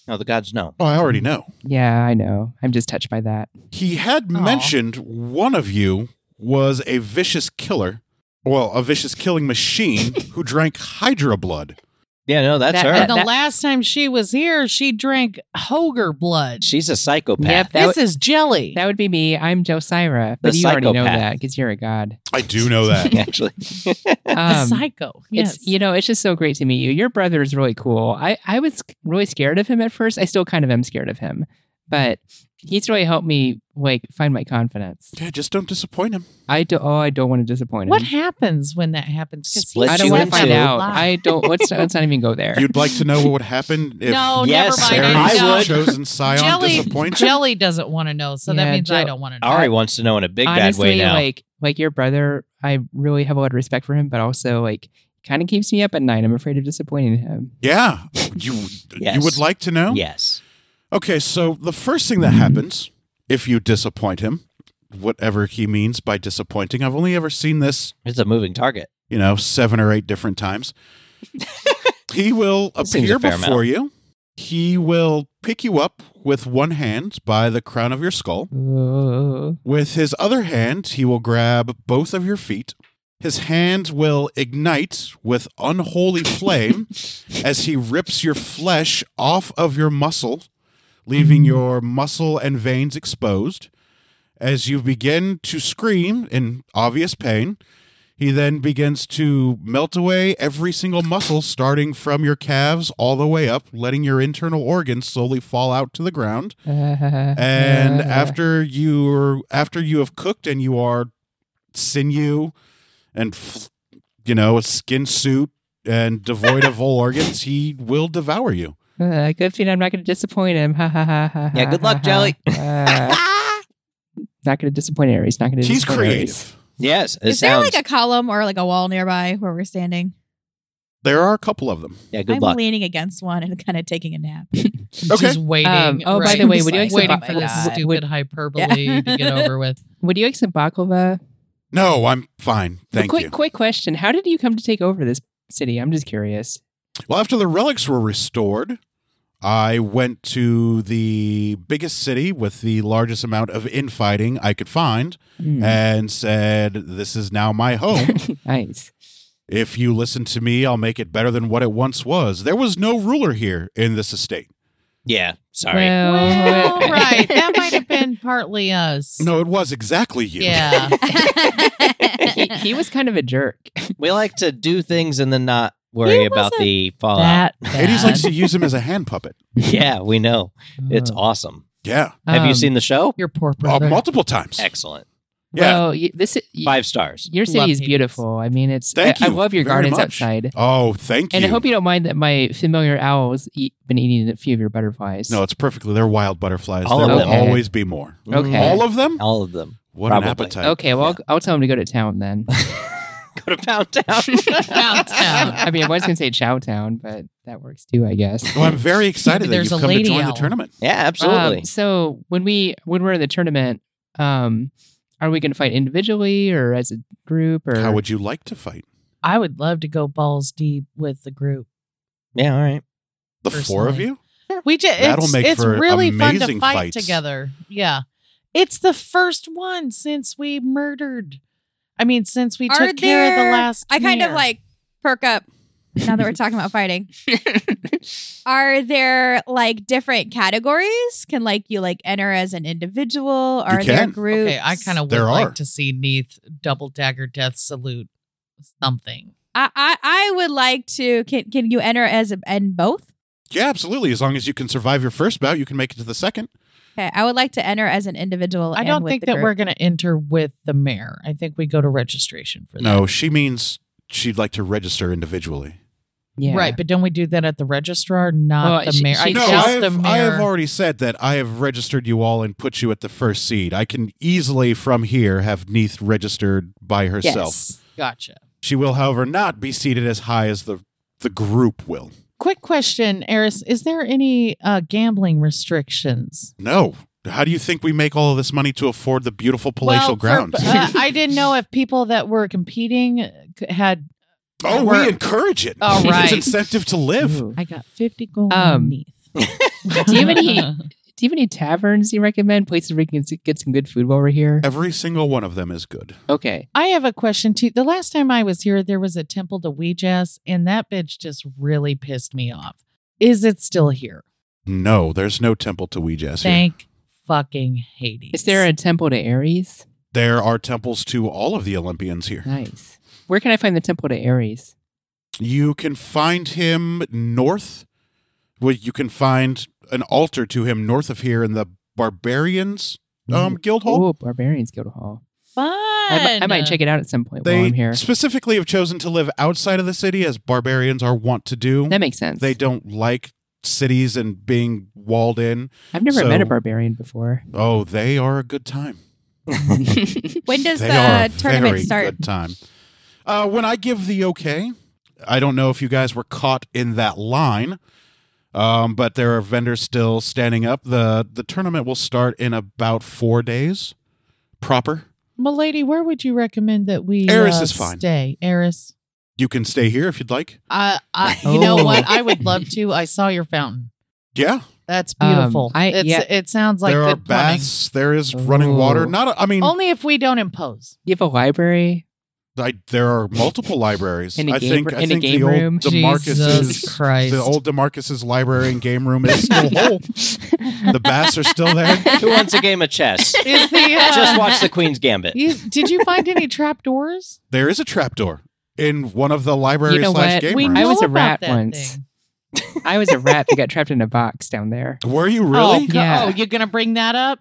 C: No, the gods know.
A: Oh, I already know.
D: Yeah, I know. I'm just touched by that.
A: He had mentioned one of you was a vicious killer. Well, a vicious killing machine who drank Hydra blood.
C: Yeah, no, that's
D: That-
C: her.
E: and the
D: that-
E: last time she was here, she drank Hoger blood.
C: She's a psychopath.
D: Yep, that
E: this is jelly.
D: That would be me. I'm Josira, but
C: The
D: you already know
C: psychopath.
D: that because you're a god.
A: I do know that.
C: actually.
E: a
D: Um,
E: psycho. Yes.
D: It's you know, it's just so great to meet you. Your brother is really cool. I I was really scared of him at first. I still kind of am scared of him, but he's really helped me like find my confidence.
A: Yeah, just don't disappoint him.
D: I do. Oh, I don't want to disappoint
E: what
D: him.
E: happens when that happens? 'Cause he
C: Split
D: I don't
C: you
E: said
D: want
C: in
D: to
E: that
D: find
C: two.
E: a
D: out.
E: lot.
D: I don't. Let's, let's not even go there.
A: You'd like to know what would happen if
E: no,
C: Yes,
E: never
A: Sarah
E: mind.
C: I
E: No.
C: would.
A: chosen Scion
E: Jelly,
A: disappoints
E: Jelly doesn't want to know, so
D: Yeah,
E: that means I
D: Jell-
E: don't want to know.
C: Ari wants to know in a big
D: Honestly,
C: bad way now.
D: like like your brother, I really have a lot of respect for him, but also like kind of keeps me up at night. I'm afraid of disappointing him.
A: Yeah, you you
C: Yes.
A: would like to know.
C: yes.
A: Okay, so the first thing that
C: Mm-hmm.
A: happens if you disappoint him, whatever he means by disappointing, I've only ever seen this,
C: It's a moving target.
A: you know, seven or eight different times. he will
C: That seems
A: appear
C: a fair amount.
A: before you. He will pick you up with one hand by the crown of your skull.
D: Ooh.
A: With his other hand, he will grab both of your feet. His hand will ignite with unholy flame as he rips your flesh off of your muscle, leaving your muscle and veins exposed. As you begin to scream in obvious pain, he then begins to melt away every single muscle, starting from your calves all the way up, letting your internal organs slowly fall out to the ground
D: Uh,
A: and
D: uh,
A: after you after you have cooked and you are sinew and f- you know a skin suit and devoid of all organs he will devour you
D: uh, good thing I'm not going to disappoint him. Ha ha ha ha.
C: Yeah,
D: ha,
C: good
D: ha,
C: luck,
D: ha.
C: Jelly.
D: Uh, not going to disappoint Aries. Not going to.
A: he's
D: disappoint Ares.
A: creative
C: Yes. It
B: Is there
C: sounds.
B: like a column or like a wall nearby where we're standing?
A: there are a couple of them
C: yeah, good
B: I'm
C: luck.
B: leaning against one and kind of taking a nap.
A: Okay.
E: Just waiting.
D: Um, oh, by
E: right.
D: the way,
B: Just
D: would you
B: like
D: like
E: waiting
D: some
E: for
B: Oh,
E: this
B: God.
D: ba-
E: stupid
D: would,
E: hyperbole
B: Yeah.
E: to get over with?
D: would you like some baklava?
A: no i'm fine thank
D: quick,
A: you
D: quick question. How did you come to take over this city? I'm just curious.
A: well after the relics were restored i went to the biggest city with the largest amount of infighting i could find
D: Hmm.
A: and said this is now my home
D: nice.
A: If you listen to me, I'll make it better than what it once was. There was no ruler here in this estate.
C: yeah. Sorry.
E: Well, right. That might have been partly us.
A: No, it was exactly you.
E: Yeah.
D: he, he was kind of a jerk.
C: we like to do things and then not worry
B: He
C: about
B: wasn't
C: the fallout.
E: that bad.
A: Hades likes to use him as a hand puppet.
C: yeah, we know. It's
D: Oh.
C: awesome.
A: Yeah.
C: Have you
D: Um,
C: seen the show?
E: your poor
A: Uh,
E: brother.
A: multiple times.
C: Excellent.
A: Yeah.
D: Well, you, this is, you,
C: Five stars.
D: your
E: Love
D: city is
E: Hades.
D: beautiful. I mean, it's.
A: Thank
D: I, I
A: you
D: love your
A: very
D: gardens
A: much.
D: outside.
A: Oh, thank you.
D: And I hope you don't mind that my familiar owls eat, been eating a few of your butterflies.
A: No, it's perfectly. They're wild butterflies.
C: All
A: there
C: of
A: will
D: them. Okay.
A: always be more.
D: Okay.
A: All of them?
C: Mm-hmm. All of them.
A: What
C: Probably.
A: an appetite.
D: Okay, well, I'll, I'll tell him to go to town then.
C: Go to Pound Town.
E: Pound Town.
D: Um, I mean, I was going to say Chow Town, but that works too, I guess.
A: Well, I'm very excited that
E: There's
A: you've
E: a
A: come to
E: lady
A: join
E: owl.
A: the tournament.
C: yeah, absolutely.
D: Um, so when we when we're in the tournament, um, are we going to fight individually or as a group? Or
A: How would you like to fight?
E: I would love to go balls deep with the group.
C: yeah, all right.
A: The four of
E: Personally.
A: you?
E: We just
A: That'll
E: it's,
A: make
E: it's
A: for
E: really fun to
A: amazing
E: fight
A: fights.
E: together. Yeah. It's the first one since we murdered. I mean, since we
B: Are
E: took care of the
B: there-
E: last
B: I kind of
E: mayor.
B: like perk up now that we're talking about fighting. Are there like different categories? Can like you like enter as an individual? Are there
A: can.
B: groups?
E: Okay, I kind of would
A: There are.
E: like to see Neath double dagger death salute something.
B: I, I I would like to. Can can you enter as a, and both?
A: Yeah, absolutely. As long as you can survive your first bout, you can make it to the second.
B: Okay, I would like to enter as an individual.
E: I
B: and
E: don't
B: with
E: think
B: the
E: that
B: group.
E: we're going to enter with the mayor. I think we go to registration for that.
A: No, she means she'd like to register individually.
D: Yeah.
E: Right, but don't we do that at the registrar, not
D: Well,
E: the
D: she-
E: mayor?
D: she-
E: I
D: No,
A: No,
E: doubt
A: I
E: the
A: have,
E: mayor.
A: I have already said that I have registered you all and put you at the first seed. I can easily from here have Neith registered by herself.
D: Yes.
E: gotcha.
A: She will, however, not be seated as high as the the group will.
E: Quick question, Eris: Is there any uh, gambling restrictions?
A: No. How do you think we make all of this money to afford the beautiful palatial
E: Well, for-
A: grounds?
E: uh, I didn't know if people that were competing uh, c- had.
A: oh, we
E: we're-
A: encourage it.
E: Oh,
A: It's
E: right. Mm.
A: incentive to live.
D: Ooh.
E: I got fifty gold.
D: Um,
E: Um,
D: Do you have any? Do you have any taverns you recommend? Places where we can s- get some good food while we're here?
A: Every single one of them is good.
D: Okay.
E: I have a question too. The last time I was here, there was a temple to Ouija's, and that bitch just really pissed me off. Is it still here?
A: No, there's no temple to Ouija's here.
E: Thank fucking Hades.
D: Is there a temple to Ares?
A: There are temples to all of the Olympians here.
D: Nice. Where can I find the temple to Ares?
A: You can find him north. Well, you can find an altar to him north of here in the Barbarians um, Guild Hall.
D: Oh, Barbarians Guild Hall.
E: fun?
D: I, mi- I might check it out at some point while
A: They
D: I'm here.
A: specifically have chosen to live outside of the city, as barbarians are wont to do.
D: That makes sense.
A: They don't like cities and being walled in.
D: I've never met a
A: so-
D: barbarian before.
A: Oh, they are a good time.
B: When does
A: they are a
B: the tournament
A: very
B: start?
A: Good time. Uh, when I give the okay, I don't know if you guys were caught in that line, um, but there are vendors still standing up. the The tournament will start in about four days, proper.
E: Milady, where would you recommend that we
A: Eris
E: uh,
A: is fine.
E: stay? Eris.
A: You can stay here if you'd like.
E: I, I, you know
D: Oh.
E: what? I would love to. I saw your fountain.
A: Yeah,
E: That's
D: Um,
E: beautiful.
D: I-
E: it's,
D: yeah.
E: It sounds like
A: there are
E: good plumbing.
A: baths. There is running water.
D: Ooh.
A: Not, a, I mean,
E: Only if we don't impose.
D: You have a library?
A: I, there are multiple libraries.
D: In a
A: I
D: game-
A: think, I
D: in a
A: think
D: game
A: the
D: room?
A: old Demarcus's,
E: Jesus Christ.
A: the old Demarcus's library and game room is still whole. The baths are still there.
C: Who wants a game of chess?
E: is the uh,
C: Just watch the Queen's Gambit.
E: You, did you find any trap doors?
A: There is a trapdoor in one of the library
D: You know
A: slash
D: what?
A: game
E: We
A: rooms.
E: know
D: I was a
E: about
D: rat
E: that
D: once.
E: thing.
D: I was a rat that got trapped in a box down there.
A: Were you really?
E: Oh,
D: Yeah.
E: yeah. oh, you're gonna bring that up?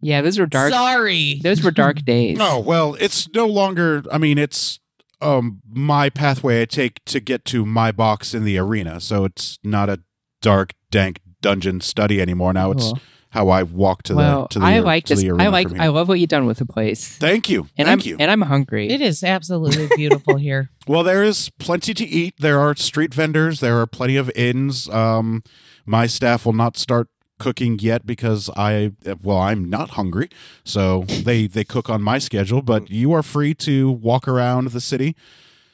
D: Yeah, those were dark.
E: Sorry.
D: Those were dark days.
A: No, well, it's no longer. I mean, it's um my pathway I take to get to my box in the arena. So it's not a dark, dank dungeon study anymore. Now it's
D: Cool.
A: how I walk to
D: well,
A: the to the
D: I
A: ar-
D: like
A: to
D: this.
A: the arena
D: I like.
A: from
D: I
A: here.
D: love what you've done with the place.
A: Thank you.
D: And
A: Thank
D: I'm
A: you.
D: and I'm hungry.
E: It is absolutely beautiful here.
A: Well, there is plenty to eat. There are street vendors. There are plenty of inns. Um, my staff will not start cooking yet because I, well, I'm not hungry, so they they cook on my schedule. But you are free to walk around the city,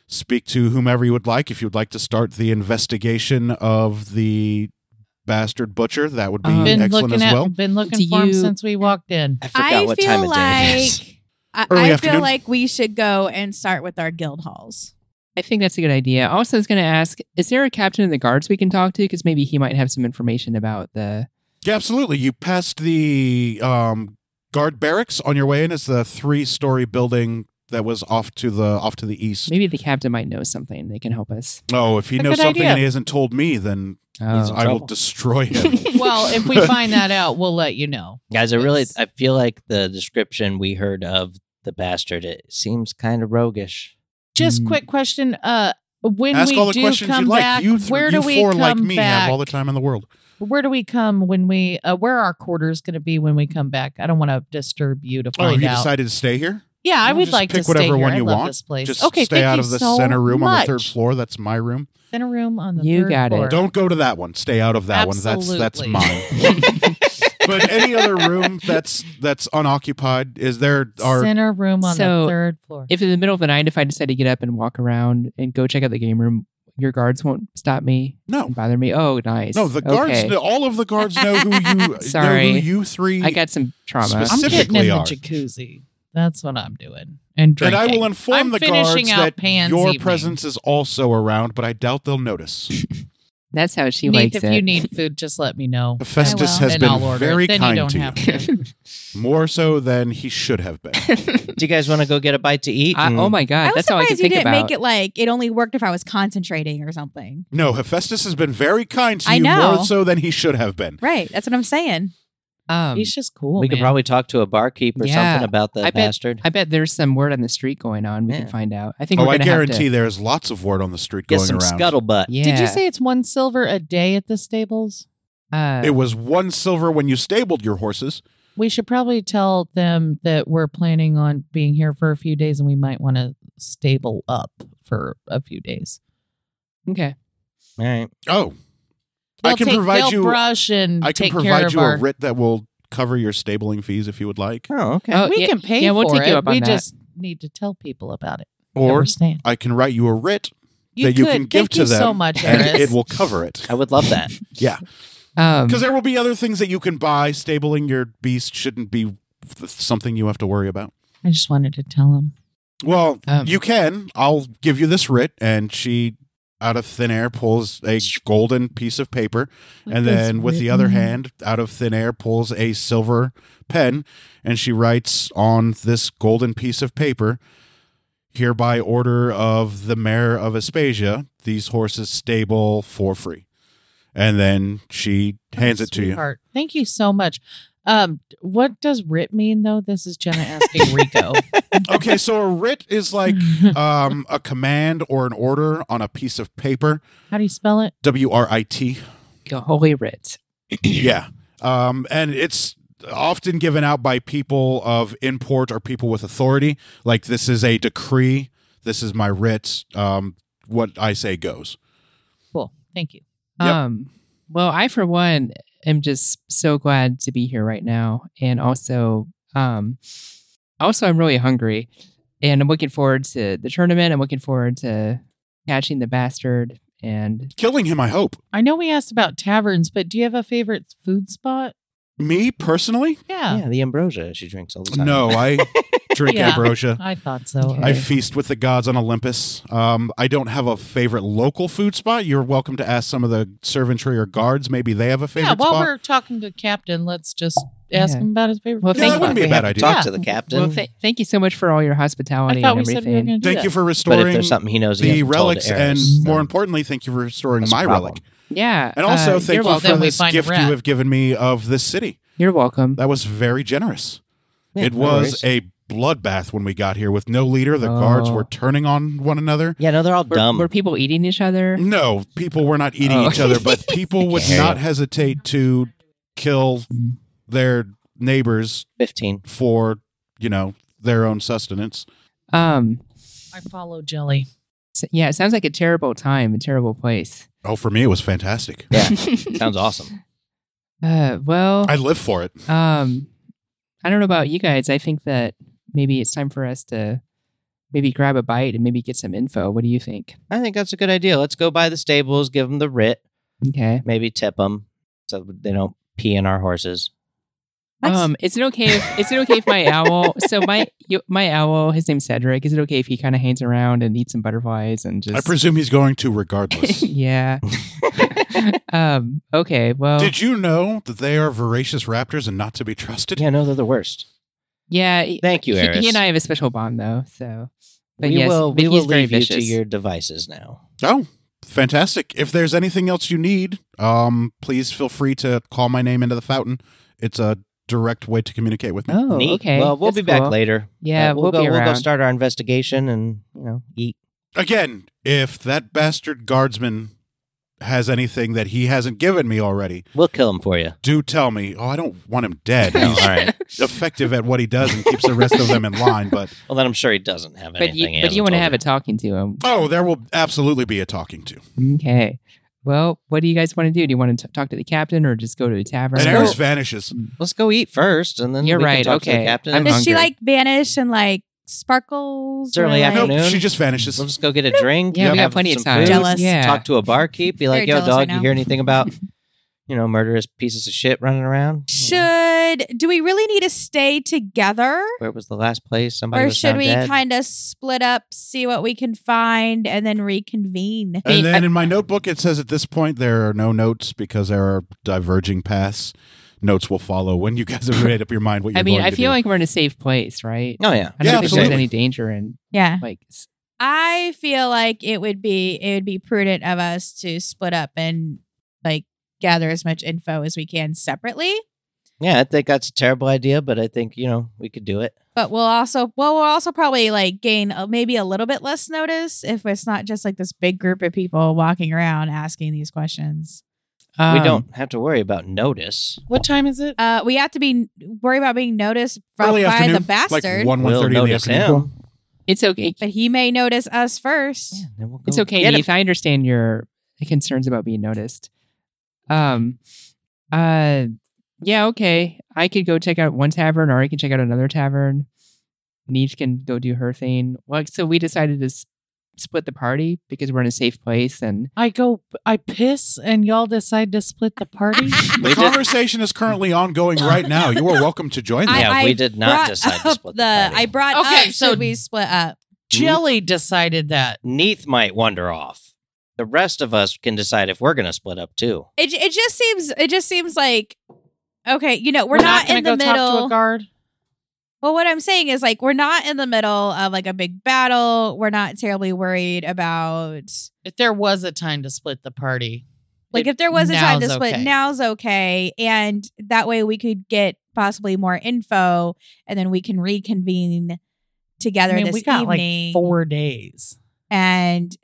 A: speak to whomever you would like. If you would like to start the investigation of the bastard butcher, that would be
D: Um,
E: Been
A: Hmm. excellent
E: looking
A: as
E: at,
A: well.
E: been looking
D: Do
E: for him
D: you-
E: since we walked in.
C: I forgot
B: I
C: what
B: feel
C: time of day it is.
B: like I,
A: Early
B: I feel
A: afternoon.
B: like we should go and start with our guild halls.
D: I think that's a good idea. Also, I was going to ask: Is there a captain of the guards we can talk to? Because maybe he might have some information about the.
A: Yeah, absolutely. You passed the um, guard barracks on your way in. It's the three-story building that was off to the off to the east.
D: Maybe the captain might know something. They can help us.
A: Oh, if he
E: A
A: knows
E: good
A: something
E: idea.
A: and he hasn't told me, then he's-
D: Oh.
A: I will
C: trouble.
A: destroy him.
E: Well, if we find that out, we'll let you know.
C: Guys, I really
E: Yes.
C: I feel like the description we heard of the bastard, it seems kind of roguish.
E: Just
D: Mm.
E: quick question. Uh when
A: Hmm. Ask
E: we
A: all the
E: do
A: questions
E: come
A: you like.
E: back,
A: you th-
E: where
A: you
E: do we
A: four
E: come
A: like me
E: back?
A: have all the time in the world.
E: Where do we come when we? Uh, where are our quarters going to be when we come back? I don't want to disturb you to
A: Oh,
E: find
A: you
E: out.
A: decided to stay here?
E: yeah, I
A: You
E: would
A: just
E: like
A: pick
E: to
A: whatever
E: stay here.
A: one
E: I
A: you
E: love
A: want.
E: this place.
A: Just
E: okay,
A: stay
E: thank
A: out
E: you
A: of the
E: so
A: center room on the
E: much.
A: third floor. That's my room.
E: Center room on the
D: You
E: third
D: got it.
E: floor.
A: Don't go to that one. Stay out of that one. That's that's
E: Absolutely.
A: mine. but any other room that's that's unoccupied is there are
E: Center room on
D: So,
E: the third floor.
D: If in the middle of the night, if I decide to get up and walk around and go check out the game room, your guards won't stop me
A: no
D: and bother me. Oh, nice.
A: no the guards
D: Okay.
A: know, all of the guards know who you know who
D: Sorry.
A: you three
D: I got some trauma.
E: I'm getting in
A: specifically
E: the
A: are.
E: jacuzzi. That's what I'm doing. And
A: and
E: drinking.
A: I will inform
E: I'm
A: the
E: finishing
A: guards
E: out
A: that
E: Pan's
A: your
E: evening.
A: presence is also around, but I doubt they'll notice.
D: That's how she
E: Neith,
D: likes
E: if
D: it.
E: you need food, just let me know.
A: Festus
B: will.
A: has
E: and
A: been
E: I'll order
A: very
E: it. Then
A: kind
E: you don't
A: to
E: have
A: you,
E: to.
A: more so than he should have been.
C: Do you guys want to go get a bite to eat?
D: I,
C: and-
D: oh my god,
B: I was
D: that's all I
B: surprised
D: could
B: you
D: think
B: didn't
D: about.
B: make it like it only worked if I was concentrating or something.
A: no, Hephaestus has been very kind to
B: I
A: you
B: know.
A: more so than he should have been.
B: Right. That's what I'm saying.
D: Um,
E: He's just cool.
C: we could
E: man.
C: probably talk to a barkeep or
D: Yeah.
C: something about that
D: I bet-
C: bastard.
D: I bet there's some word on the street going on. We can
C: Yeah.
D: find out. I think.
A: Oh,
D: we're
A: I
D: gonna have
A: guarantee
D: To,
A: there's lots of word on the street
C: Get
A: going
C: some
A: around.
C: scuttlebutt.
D: yeah.
E: Did you say it's one silver a day at the stables?
D: Uh,
A: It was one silver when you stabled your horses.
E: We should probably tell them that we're planning on being here for a few days and we might want to stable up for a few days.
D: okay.
C: All right.
A: Oh, I
E: They'll
A: can
E: take-
A: provide
E: they'll
A: you.
E: brush and
A: I can
E: take care
A: provide
E: of
A: you
E: our,
A: a writ that will cover your stabling fees if you would like,
C: Oh, okay.
D: Oh,
E: we
D: yeah,
E: can pay
D: yeah, we'll
E: for
D: take you
E: it.
D: up on
E: we
D: that.
E: just need to tell people about it. that
A: or
E: we're staying.
A: I can write you a writ that you
E: could.
A: can give
E: Thank
A: to
E: you
A: them,
E: so much,
A: and
E: Eris.
A: it will cover it.
C: I would love that.
D: Um,
A: Because there will be other things that you can buy. Stabling your beast shouldn't be th- something you have to worry about.
E: I just wanted to tell them.
A: Well,
D: Um,
A: you can. I'll give you this writ, and she, out of thin air, pulls a golden piece of paper, and then with the other hand, out of thin air, pulls a silver pen, and she writes on this golden piece of paper. Hereby order of the mayor of Aspasia, these horses stable for free. And then she hands it to you.
E: Sweetheart, Thank you so much. Um, what does writ mean though? This is Jenna asking Rico.
A: okay, so a writ is like um, a command or an order on a piece of paper.
E: How do you spell it?
A: W R I T.
D: holy writ.
A: Yeah. Um, and it's often given out by people of import or people with authority. Like, this is a decree. This is my writ. Um, what I say goes.
E: Cool. Thank you.
A: Yep.
D: Um, well, I for one am just so glad to be here right now, and also, um, also I'm really hungry, and I'm looking forward to the tournament. I'm looking forward to catching the bastard, and
A: Killing him, I hope.
E: I know we asked about taverns, but do you have a favorite food spot?
A: Me personally?
E: Yeah,
C: yeah, the ambrosia she drinks all the time.
A: No, I drink
E: Yeah.
A: ambrosia.
E: I thought so.
D: Okay.
A: I feast with the gods on Olympus. Um, I don't have a favorite local food spot. You're welcome to ask some of the servantry or guards. Maybe they have a favorite
E: yeah, while
A: spot.
E: we're talking to Captain, let's just ask
D: Yeah.
E: him about his favorite.
D: Well,
E: food
A: yeah,
D: thank
A: that
D: you.
A: wouldn't be a
D: We
A: bad
C: I
A: idea.
C: talk to the captain.
D: well, th- thank you so much for all your hospitality
E: I thought
D: and
E: we said we were
D: everything.
E: going to do
A: Thank
E: that.
A: you for
C: but if
A: restoring
C: there's something he knows, he
A: the
C: hasn't told
A: relics, and
C: Eris,
A: more
C: then
A: importantly, thank you for restoring
C: that's a
A: my
C: problem.
A: relic.
D: yeah,
A: And also,
D: uh,
A: thank
D: you're
A: you
D: welcome.
A: for
E: Then we
A: this
E: find a
A: gift you
E: rat.
A: have given me of this city.
D: You're welcome.
A: That was very generous.
C: Yeah,
A: it
C: no
A: was
C: worries.
A: a bloodbath when we got here with no leader. The guards
D: Oh.
A: were turning on one another.
C: Yeah, no, they're all
D: Were,
C: dumb.
D: were people eating each
A: Mm-hmm.
D: other?
A: No, people were not eating
D: Oh.
A: each other, but people would
C: Yeah.
A: not hesitate to kill their neighbors
C: Fifteen.
A: for, you know, their own sustenance.
D: Um,
E: I follow Jelly.
D: s- yeah, it sounds like a terrible time, a terrible place.
A: Oh, for me, it was fantastic.
C: Yeah, sounds awesome.
D: Uh, well,
A: I live for it.
D: Um, I don't know about you guys. I think that maybe it's time for us to maybe grab a bite and maybe get some info. What do you think?
C: I think that's a good idea. Let's go by the stables, give them the writ,
D: Okay.
C: maybe tip them so they don't pee in our horses.
D: Um, is it okay if is it okay if my owl? So my you, my owl, his name's Cedric. Is it okay if he kind of hangs around and eats some butterflies and just?
A: I presume he's going to regardless.
D: yeah. um. Okay. Well.
A: Did you know that they are voracious raptors and not to be trusted?
C: Yeah, no, they're the worst.
D: yeah. he-
C: Thank you,
D: he,
C: Eris.
D: he and I have a special bond though. So. But
C: we
D: yes,
C: will.
D: but
C: We
D: he's
C: will
D: very
C: leave you to
D: vicious.
C: your devices now.
A: Oh, fantastic. If there's anything else you need, um, please feel free to call my name into the fountain. It's a direct way to communicate with me.
D: Oh,
C: Neat.
D: okay.
C: Well, we'll
D: That's
C: be back
D: cool.
C: later.
D: Yeah,
C: Uh, we'll,
D: we'll,
C: go.
D: be
C: We'll
D: around.
C: go start our investigation and you know eat.
A: Again, if that bastard guardsman has anything that he hasn't given me already,
C: We'll kill him for you.
A: do tell me. Oh, I don't want him dead.
C: No, all
A: He's
C: right.
A: effective at what he does and keeps the rest of them in line, but
C: Well, then I'm sure he doesn't have
D: but
C: anything.
D: you, but you want to have a talking to him.
A: oh, there will absolutely be a talking to.
D: Okay. Well, what do you guys want to do? Do you want to t- talk to the captain or just go to the tavern?
A: And
D: Or-
A: Eris vanishes.
C: Let's go eat first, and then
D: You're
C: we can
D: right,
C: talk to the
D: okay.
C: captain.
D: I'm
B: Does she
D: hungry.
B: like vanish and like sparkles?
C: It's early
B: or, like-
C: afternoon.
A: Nope, she just vanishes.
C: Let's go get a drink.
D: yeah, we
C: have
D: got plenty of
C: some
D: time.
C: food,
B: Jealous.
D: Yeah.
C: Talk to a barkeep. Be like,
B: Very
C: "Yo,
B: jealous right
C: dog,
B: now."
C: you hear anything about you know murderous pieces of shit running around?"
B: Should do we really need to stay together,
C: Where was the last place somebody
B: or
C: was
B: should
C: found
B: we
C: dead?
B: kind of split up, see what we can find, and then reconvene?
A: And then in my notebook, it says at this point there are no notes because there are diverging paths. Notes will follow when you guys have made up your mind what you're
D: I mean,
A: going
D: I
A: to
D: feel
A: do.
D: like we're in a safe place, right?
C: Oh yeah,
D: I don't
A: Yeah,
D: think
A: absolutely.
D: there's any danger in
B: Yeah,
D: like. s-
B: I feel like it would be it would be prudent of us to split up and like gather as much info as we can separately.
C: Yeah, I think that's a terrible idea, but I think, you know, we could do it.
B: But we'll also well we'll also probably like gain a, maybe a little bit less notice if it's not just like this big group of people walking around asking these questions.
C: we
D: Um,
C: don't have to worry about notice.
E: What time is it?
B: Uh, we have to be worry about being noticed from,
A: Early
B: by
A: afternoon,
B: the bastard,
A: like one one
C: We'll
A: thirty in the
C: notice
A: afternoon.
C: him.
D: It's okay.
B: but he may notice us first.
C: Yeah, then we'll go
D: It's okay,
C: get him.
D: Neith. I understand your concerns about being noticed. Um, uh, yeah, okay. I could go check out one tavern, or I can check out another tavern. Neith can go do her thing. Well, so we decided to s- split the party because we're in a safe place, and
E: I go, I piss, and y'all decide to split the party.
A: The conversation is currently ongoing right now. You are welcome to join
B: I-
A: them.
C: Yeah,
B: I
C: we did not
B: Brought
C: decide to
B: up
C: split the,
B: the,
C: party.
B: I brought
E: Okay,
B: up
E: so-
B: so we split up.
E: Jelly decided that.
C: Neith might wander off. The rest of us can decide if we're going to split up too.
B: It it just seems it just seems like okay, you know, we're, not,
E: not, gonna
B: in the
E: go talk to a
B: middle.
E: guard.
B: Well, what I'm saying is like we're not in the middle of like a big battle. We're not terribly worried about
E: If there was a time to split the party,
B: like
E: It-
B: if there was a time to
E: now's
B: split,
E: okay.
B: now's okay, and that way we could get possibly more info, and then we can reconvene together
E: I mean,
B: this
E: we got
B: evening.
E: like four days.
B: and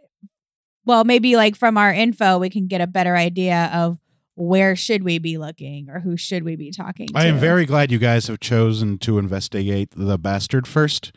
B: well, maybe like from our info, we can get a better idea of where should we be looking or who should we be talking to.
A: I am very glad you guys have chosen to investigate the bastard first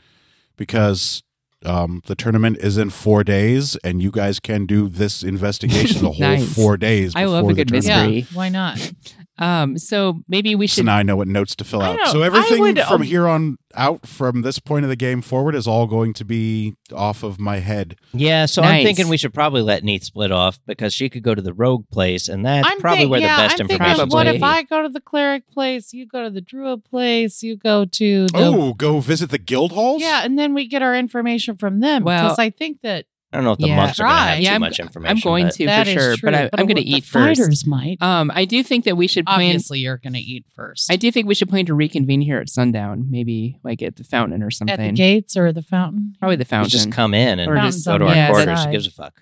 A: because um, the tournament is in four days and you guys can do this investigation the whole
D: Nice.
A: four days.
D: I love
A: before
D: a
A: the
D: good
A: tournament.
D: mystery.
E: Yeah, why not?
D: um, so maybe we
A: So
D: should.
A: now I know what notes to fill
E: I
A: out.
E: don't-
A: So
E: I
A: everything
E: would,
A: from
E: um,
A: here on out, from this point of the game forward, is all going to be off of my head.
C: Yeah, so I'm
D: Nice.
C: thinking we should probably let Neith split off because she could go to the rogue place, and that's
E: I'm
C: probably
E: think-
C: where
E: yeah,
C: the best
E: I'm thinking,
C: information
E: What
D: would
E: if
D: be.
E: I go to the cleric place? You go to the druid place. You go to the
A: Oh, go visit the guild halls.
E: yeah, and then we get our information from them.
D: Well-
E: because I think that
C: I don't know if the
D: Yeah,
C: monks are going to have
E: right.
C: too
D: Yeah, I'm-
C: much information.
D: I'm going
C: but-
D: to
E: that
D: for
E: is
D: sure,
E: true.
D: but I, I'm going to
E: what- the
D: eat first.
E: Fighters might.
D: Um, I do think that we should plan.
E: Obviously, you're going to eat first.
D: I do think we should plan to reconvene here at sundown, maybe like at the fountain or something.
E: at the gates or the fountain.
D: Probably the
C: We
D: fountain.
C: just come in and
D: Or
E: just-
C: go to our
D: Yeah, that-
C: quarters. Who gives a fuck?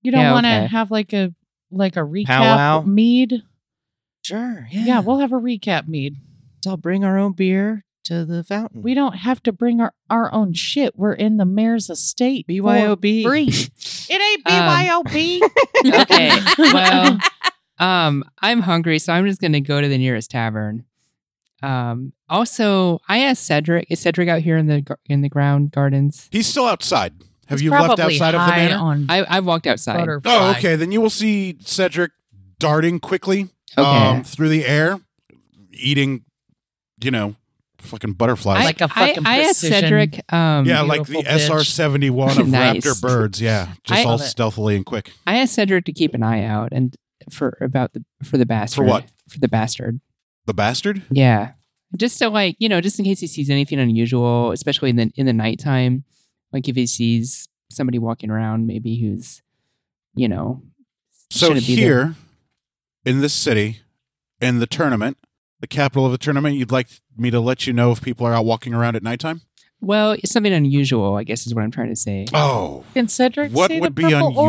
E: You don't
D: Yeah,
E: want to
D: okay.
E: have like a like a recap
C: Powwow?
E: mead.
C: Sure.
E: Yeah. we'll have a recap mead.
C: let's all bring our own beer to the fountain.
E: We don't have to bring our, our own shit. We're in the mayor's estate. for
C: BYOB.
E: Free. it ain't
D: Um,
E: BYOB.
D: okay. Well, um, I'm hungry, so I'm just gonna go to the nearest tavern. Um, also, I asked Cedric. Is Cedric out here in the gar- in the ground gardens?
A: he's still outside. Have
E: It's
A: you left
E: probably
A: outside of the
E: high
A: manor?
E: On
D: I I walked outside.
E: butterfly.
A: Oh, okay. Then you will see Cedric darting quickly
D: Okay.
A: um, through the air, eating, you know, fucking butterflies.
D: I,
E: Like a
D: I-
E: fucking
D: I, asked
E: precision.
D: Cedric. Um,
A: yeah, like the
E: beautiful
A: SR
E: bitch.
A: seventy one of
D: Nice.
A: raptor birds. Yeah, just
D: I-
A: all
E: Love it.
A: stealthily and quick.
D: I asked Cedric to keep an eye out and for about the for the bastard.
A: what?
D: For the bastard.
A: The bastard.
D: Yeah. Just to like, you know, just in case he sees anything unusual, especially in the in the nighttime. Like if he sees somebody walking around, maybe who's, you know,
A: So
D: shouldn't be there.
A: here, in this city, in the tournament, the capital of the tournament, you'd like me to let you know if people are out walking around at nighttime.
D: Well, it's something unusual, I guess is what I'm trying to say.
A: Oh,
E: Can Cedric
A: what
E: see
A: would be
E: the purple
A: unusual?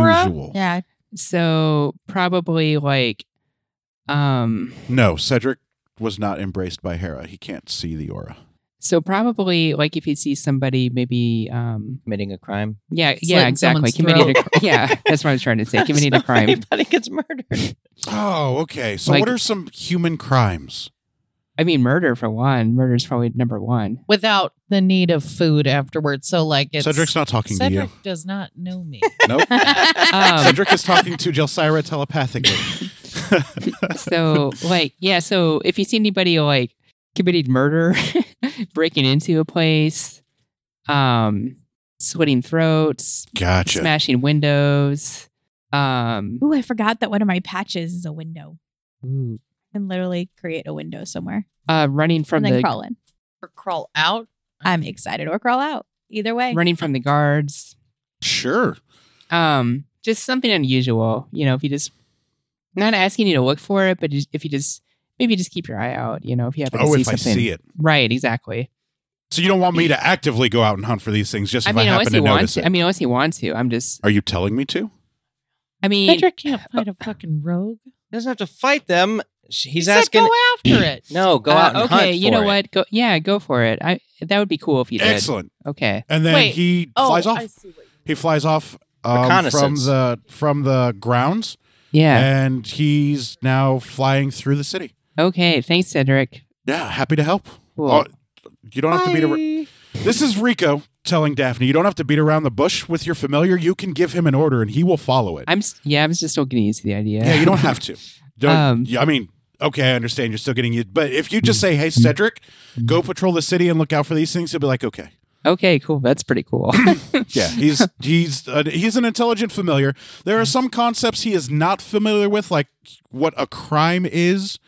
E: aura?
B: yeah,
D: So probably like um
A: No, Cedric was not embraced by Hera. He can't see the aura.
D: so probably like if he sees somebody maybe um
C: committing a crime.
D: yeah,
E: Slit
D: yeah,
E: in
D: exactly.
E: someone's
D: Committed a cr- yeah, that's what I was trying to say. Committed a
C: If
D: crime.
C: Anybody gets murdered.
A: Oh, okay. So
D: Like-
A: what are some human crimes?
D: I mean murder for one. Murder is probably number one.
E: Without the need of food afterwards. So like it's
A: Cedric's not talking
E: Cedric
A: to
E: does not know me.
A: you. Nope.
D: Um,
A: Cedric is talking to Jelsira telepathically.
D: so like yeah so if you see anybody like committing murder breaking into a place um slitting throats
A: gotcha.
D: smashing windows um
B: Ooh, I forgot that one of my patches is a window. I can literally create a window somewhere
D: uh running from
B: and then
D: the
B: crawl in.
E: or crawl out.
B: I'm excited or crawl out. Either way.
D: running from the guards
A: Sure.
D: um just something unusual you know if you just not asking you to look for it but just- if you just maybe just keep your eye out you know if you happen
A: Oh,
D: to see
A: if I
D: something
A: see it.
D: right exactly
A: So you don't want me to actively go out and hunt for these things just
D: i
A: if I,
D: mean
A: happen
D: unless
A: to
D: you want
A: notice
D: to
A: it.
D: i mean unless you want to i'm just
A: are you telling me to?
D: i mean uh,
E: Cedric can't fight a fucking rogue.
C: Doesn't have to fight them. Sh- He's
E: He said
C: asking.
E: go after it.
C: no, go
D: Uh,
C: out and
D: okay,
C: hunt
D: you
C: for
D: know
C: it.
D: what? Go, yeah, go for it. I that would be cool if you did.
A: Excellent.
D: Okay.
A: And then
E: Wait.
A: he
E: Oh,
A: flies off.
E: I see what you
A: He flies off um, from
C: Reconnaissance.
A: the from the grounds,
D: Yeah.
A: and he's now flying through the city.
D: okay. Thanks, Cedric.
A: Yeah, happy to help.
D: Cool.
A: Oh, you don't have to beat around. This is Rico telling Daphne, you don't have to beat around the bush with your familiar. You can give him an order, and he will follow it.
D: I'm s- yeah. I'm just still getting used to the idea.
A: yeah, you don't have to. Don't,
D: Um, Hmm.
A: yeah, I mean, okay, I understand you're still getting used, but if you just say, "Hey, Cedric, go patrol the city and look out for these things," he'll be like, "Okay."
D: Okay. Cool. That's pretty cool.
A: Yeah, he's he's uh, he's an intelligent familiar. There are some concepts he is not familiar with, like what a crime is.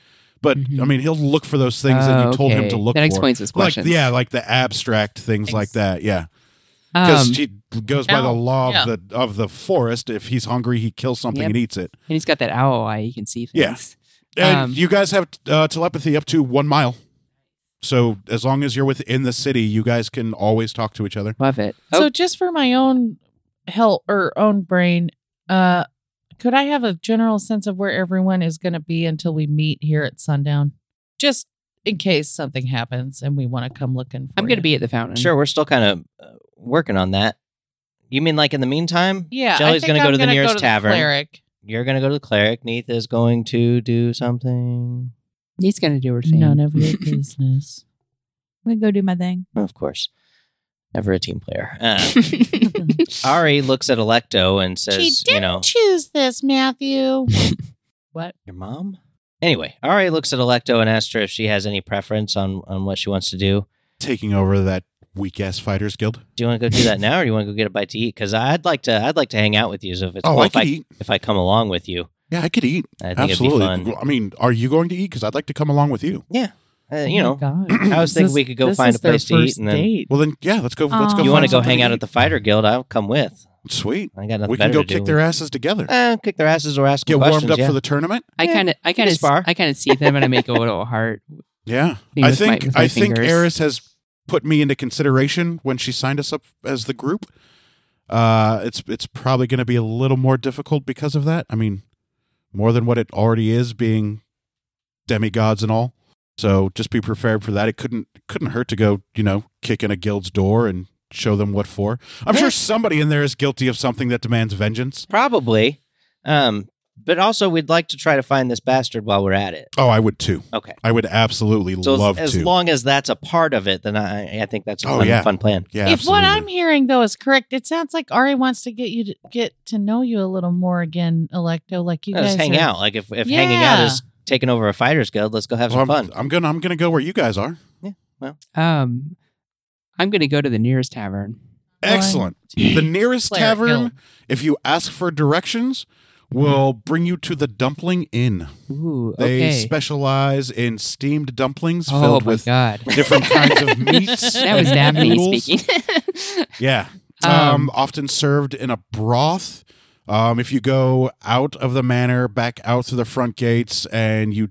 A: But I mean, he'll look for those things that you
D: Oh,
A: told him to
D: Mm-hmm. okay.
A: look
D: That
A: for.
D: explains his
A: like,
D: questions.
A: yeah, like the abstract things like that. Yeah, because
D: um,
A: she goes by the
E: Owl,
A: law
E: yeah.
A: of the of the forest. If he's hungry, he kills something
D: Yep.
A: and eats it.
D: and he's got that owl eye. You can see things.
A: Yeah. And
D: Um,
A: you guys have uh, telepathy up to one mile. So as long as you're within the city, you guys can always talk to each other.
D: Love it. Oh,
E: So just for my own help or own brain, uh could I have a general sense of where everyone is going to be until we meet here at sundown? Just in case something happens and we want to come looking for
D: I'm going
E: you.
D: to be at the fountain.
C: Sure, we're still kind of uh, working on that. You mean like in the meantime?
E: Yeah, I
C: Jelly's
E: think
C: gonna
E: I'm
C: go to the
E: gonna
C: nearest
E: the
C: tavern.
E: cleric.
C: You're going to go to the cleric. Neith is going to do something.
D: He's going to do her thing.
E: None of your business.
B: I'm gonna go do my thing.
C: Of course. Never a team player. Uh, Ari looks at Electo and says, you know,
E: choose this, Matthew. what?
C: your mom? Anyway, Ari looks at Electo and asks her if she has any preference on, on what she wants to do.
A: Taking over that weak ass fighters guild.
C: Do you want to go do that now or do you want to go get a bite to eat? Because I'd like to I'd like to hang out with you. So if it's
A: Oh,
C: cool,
A: I
C: if,
A: could
C: I,
A: eat.
C: if I come along with you,
A: Yeah, I could eat.
C: I think
A: Absolutely.
C: it'd be fun.
A: I mean, are you going to eat? Because I'd like to come along with you.
C: Uh, you know,
E: Oh God.
C: I was
E: This
C: thinking
E: is-
C: we could go
E: this
C: find
E: is
C: a place
E: their
C: to eat
E: first
C: and then-
E: date.
A: Well, then, yeah, let's go. Let's go.
B: Aw.
C: Oh. you want
A: want
C: to go hang out at the fighter guild? I'll come with.
A: Sweet.
C: I got nothing
A: We can
C: better
A: go
C: to
A: kick
C: do.
A: their asses together.
C: Uh, kick their asses or ask
A: Get
C: them
A: warmed
C: questions,
A: up
C: yeah.
A: for the tournament.
D: I kind of, I kind of,
C: spar.
D: I kind of see them, and I make a little heart.
A: Yeah,
D: Thing
A: I
D: with my-
A: think
D: with my
A: I think
D: fingers.
A: Eris has put me into consideration when she signed us up as the group. Uh, it's it's probably going to be a little more difficult because of that. I mean, more than what it already is, being demigods and all. So just be prepared for that. It couldn't couldn't hurt to go, you know, kick in a guild's door and show them what for. I'm sure somebody in there is guilty of something that demands vengeance.
C: Probably. Um, but also, we'd like to try to find this bastard while we're at it.
A: Oh, I would too.
C: Okay.
A: I would absolutely
C: So as-
A: love
C: as,
A: to.
C: long as that's a part of it, then I, I think that's a
A: Oh,
C: fun,
A: yeah.
C: fun plan.
A: yeah,
E: if what
A: absolutely.
E: I'm hearing though is correct, it sounds like Ari wants to get you to get to know you a little more again, Electo. Like you
C: Yeah,
E: guys
C: Let's hang
E: are-
C: out. Like if, if hanging out
E: Yeah.
C: is taking over a fighter's guild, let's go have
A: Well,
C: some
A: I'm,
C: fun.
A: I'm gonna I'm gonna go where you guys are.
D: Um, I'm going to go to the nearest tavern.
A: Excellent. The nearest
E: Claire
A: tavern,
E: Hill.
A: if you ask for directions, will bring you to the Dumpling Inn.
D: Ooh,
A: They
D: Mm-hmm. okay.
A: specialize in steamed dumplings
D: oh
A: filled
D: my
A: with
D: god,
A: different kinds of meats.
D: that was
A: and
D: Daphne
A: noodles.
D: speaking.
A: Yeah. Um,
D: Um,
A: often served in a broth. Um, if you go out of the manor, back out through the front gates, and you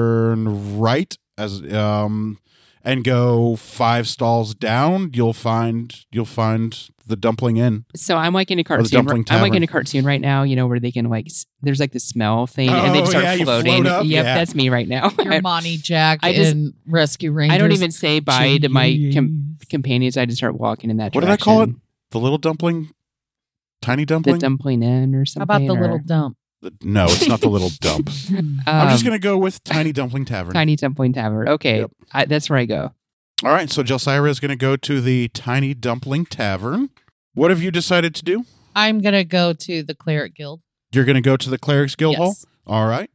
A: turn right as um, and go five stalls down, you'll find you'll find the dumpling inn.
D: So I'm like in a
A: Or the
D: cartoon.
A: Dumpling
D: I'm like
A: Tavern.
D: in a cartoon right now. You know where they can like s- there's like the smell thing, and they
A: Oh,
D: just start
A: yeah, you float
D: floating.
A: up,
D: yep,
A: yeah.
D: that's me right now.
E: Your
D: I,
E: Monty Jack
D: I just-
E: and Rescue Rangers.
D: I don't even say bye to my com- companions. I just start walking in that.
A: What did I
D: direction.
A: call it? The little dumpling, tiny
D: The
A: dumpling.
D: dumpling inn or
E: How
D: something.
E: about the
D: or-
E: little dump?
A: The- no, it's not the little dump. I'm just
D: Um,
A: gonna go with Tiny Dumpling Tavern.
D: Tiny Dumpling Tavern. Okay,
A: Yep.
D: I, that's where I go.
A: All right, so Jelsira is gonna go to the Tiny Dumpling Tavern. What have you decided to do?
E: I'm gonna go to the Cleric Guild.
A: You're gonna go to the Cleric's Guild Hall.
E: Yes.
A: All right.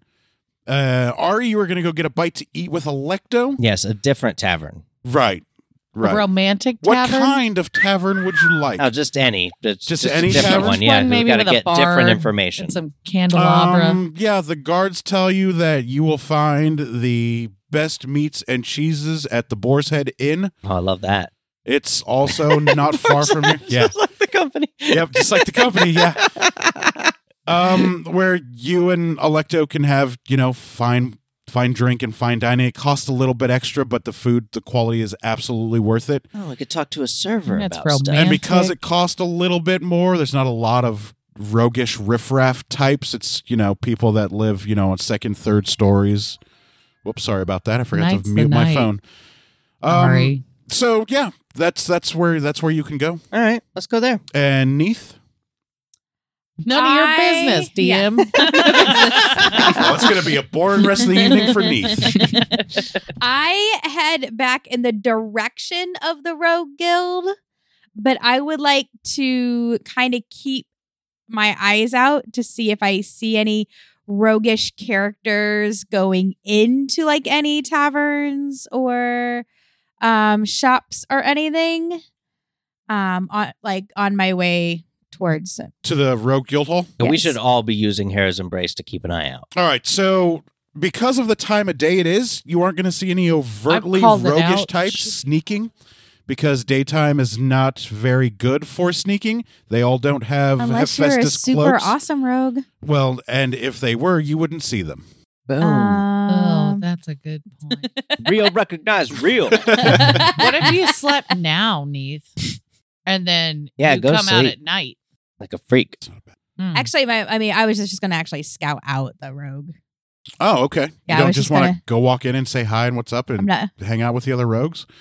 A: Uh, Ari, you were gonna go get a bite to eat with Electo.
C: Yes, a different tavern.
A: Right.
E: A
A: Right.
E: romantic
A: what
E: tavern.
A: kind of tavern would you like?
C: No, just any. It's
A: Just
C: just,
A: any
C: a different
A: tavern?
C: one. Yeah,
E: One
C: we've
E: maybe
C: got to
E: with a
C: get
E: bar
C: different information.
E: And some candelabra.
A: Um, yeah, the guards tell you that you will find the best meats and cheeses at the Boar's Head Inn.
C: Oh, I love that.
A: It's also not far from here. Yeah.
C: Just like the company.
A: Yep, just like the company, yeah. Um, where you and Electo can have, you know, fine fine drink and fine dining. It costs a little bit extra, but the food, the quality is absolutely worth it.
C: Oh, we could talk to a server
E: That's
C: about stuff.
A: And
E: romantic.
A: because it costs a little bit more, there's not a lot of roguish riffraff types. It's, you know, people that live, you know, on second, third stories. Whoops, sorry about that. I forgot
E: Night's
A: to
E: the
A: mute my
E: night.
A: phone. Um,
E: Sorry.
A: So yeah, that's that's where that's where you can go.
C: All right, let's go there.
A: And Neath,
E: None of
B: I-
E: your business,
B: yeah.
E: DM.
A: well, it's going to be a boring rest of the evening for Neath.
B: I head back in the direction of the Rogue Guild, but I would like to kind of keep my eyes out to see if I see any roguish characters going into like any taverns or um shops or anything um on like on my way towards
A: to the Rogue Guild Hall.
C: And We
B: Yes.
C: should all be using Hera's Embrace to keep an eye out.
A: All right, so because of the time of day it is, you aren't going to see any overtly
E: I've called it
A: roguish
E: out.
A: types sneaking because daytime is not very good for sneaking. They all don't have
B: unless you're a
A: Hephaestus
B: super
A: cloaks.
B: awesome rogue
A: Well, and if they were, you wouldn't see them.
D: Boom.
E: oh,
B: um,
E: that's a good point.
C: Real recognize real.
E: what if you slept now, Neith? And then
C: Yeah,
E: you
C: go
E: come out
C: sleep.
E: at night.
C: like a freak.
E: Hmm.
B: Actually, my, I mean, I was just going to actually scout out the rogue.
A: Oh, okay.
B: Yeah,
A: you
B: I
A: don't
B: was
A: just
B: just
A: want to
B: gonna-
A: go walk in and say hi and what's up
B: I'm
A: and
B: not.
A: hang out with the other rogues.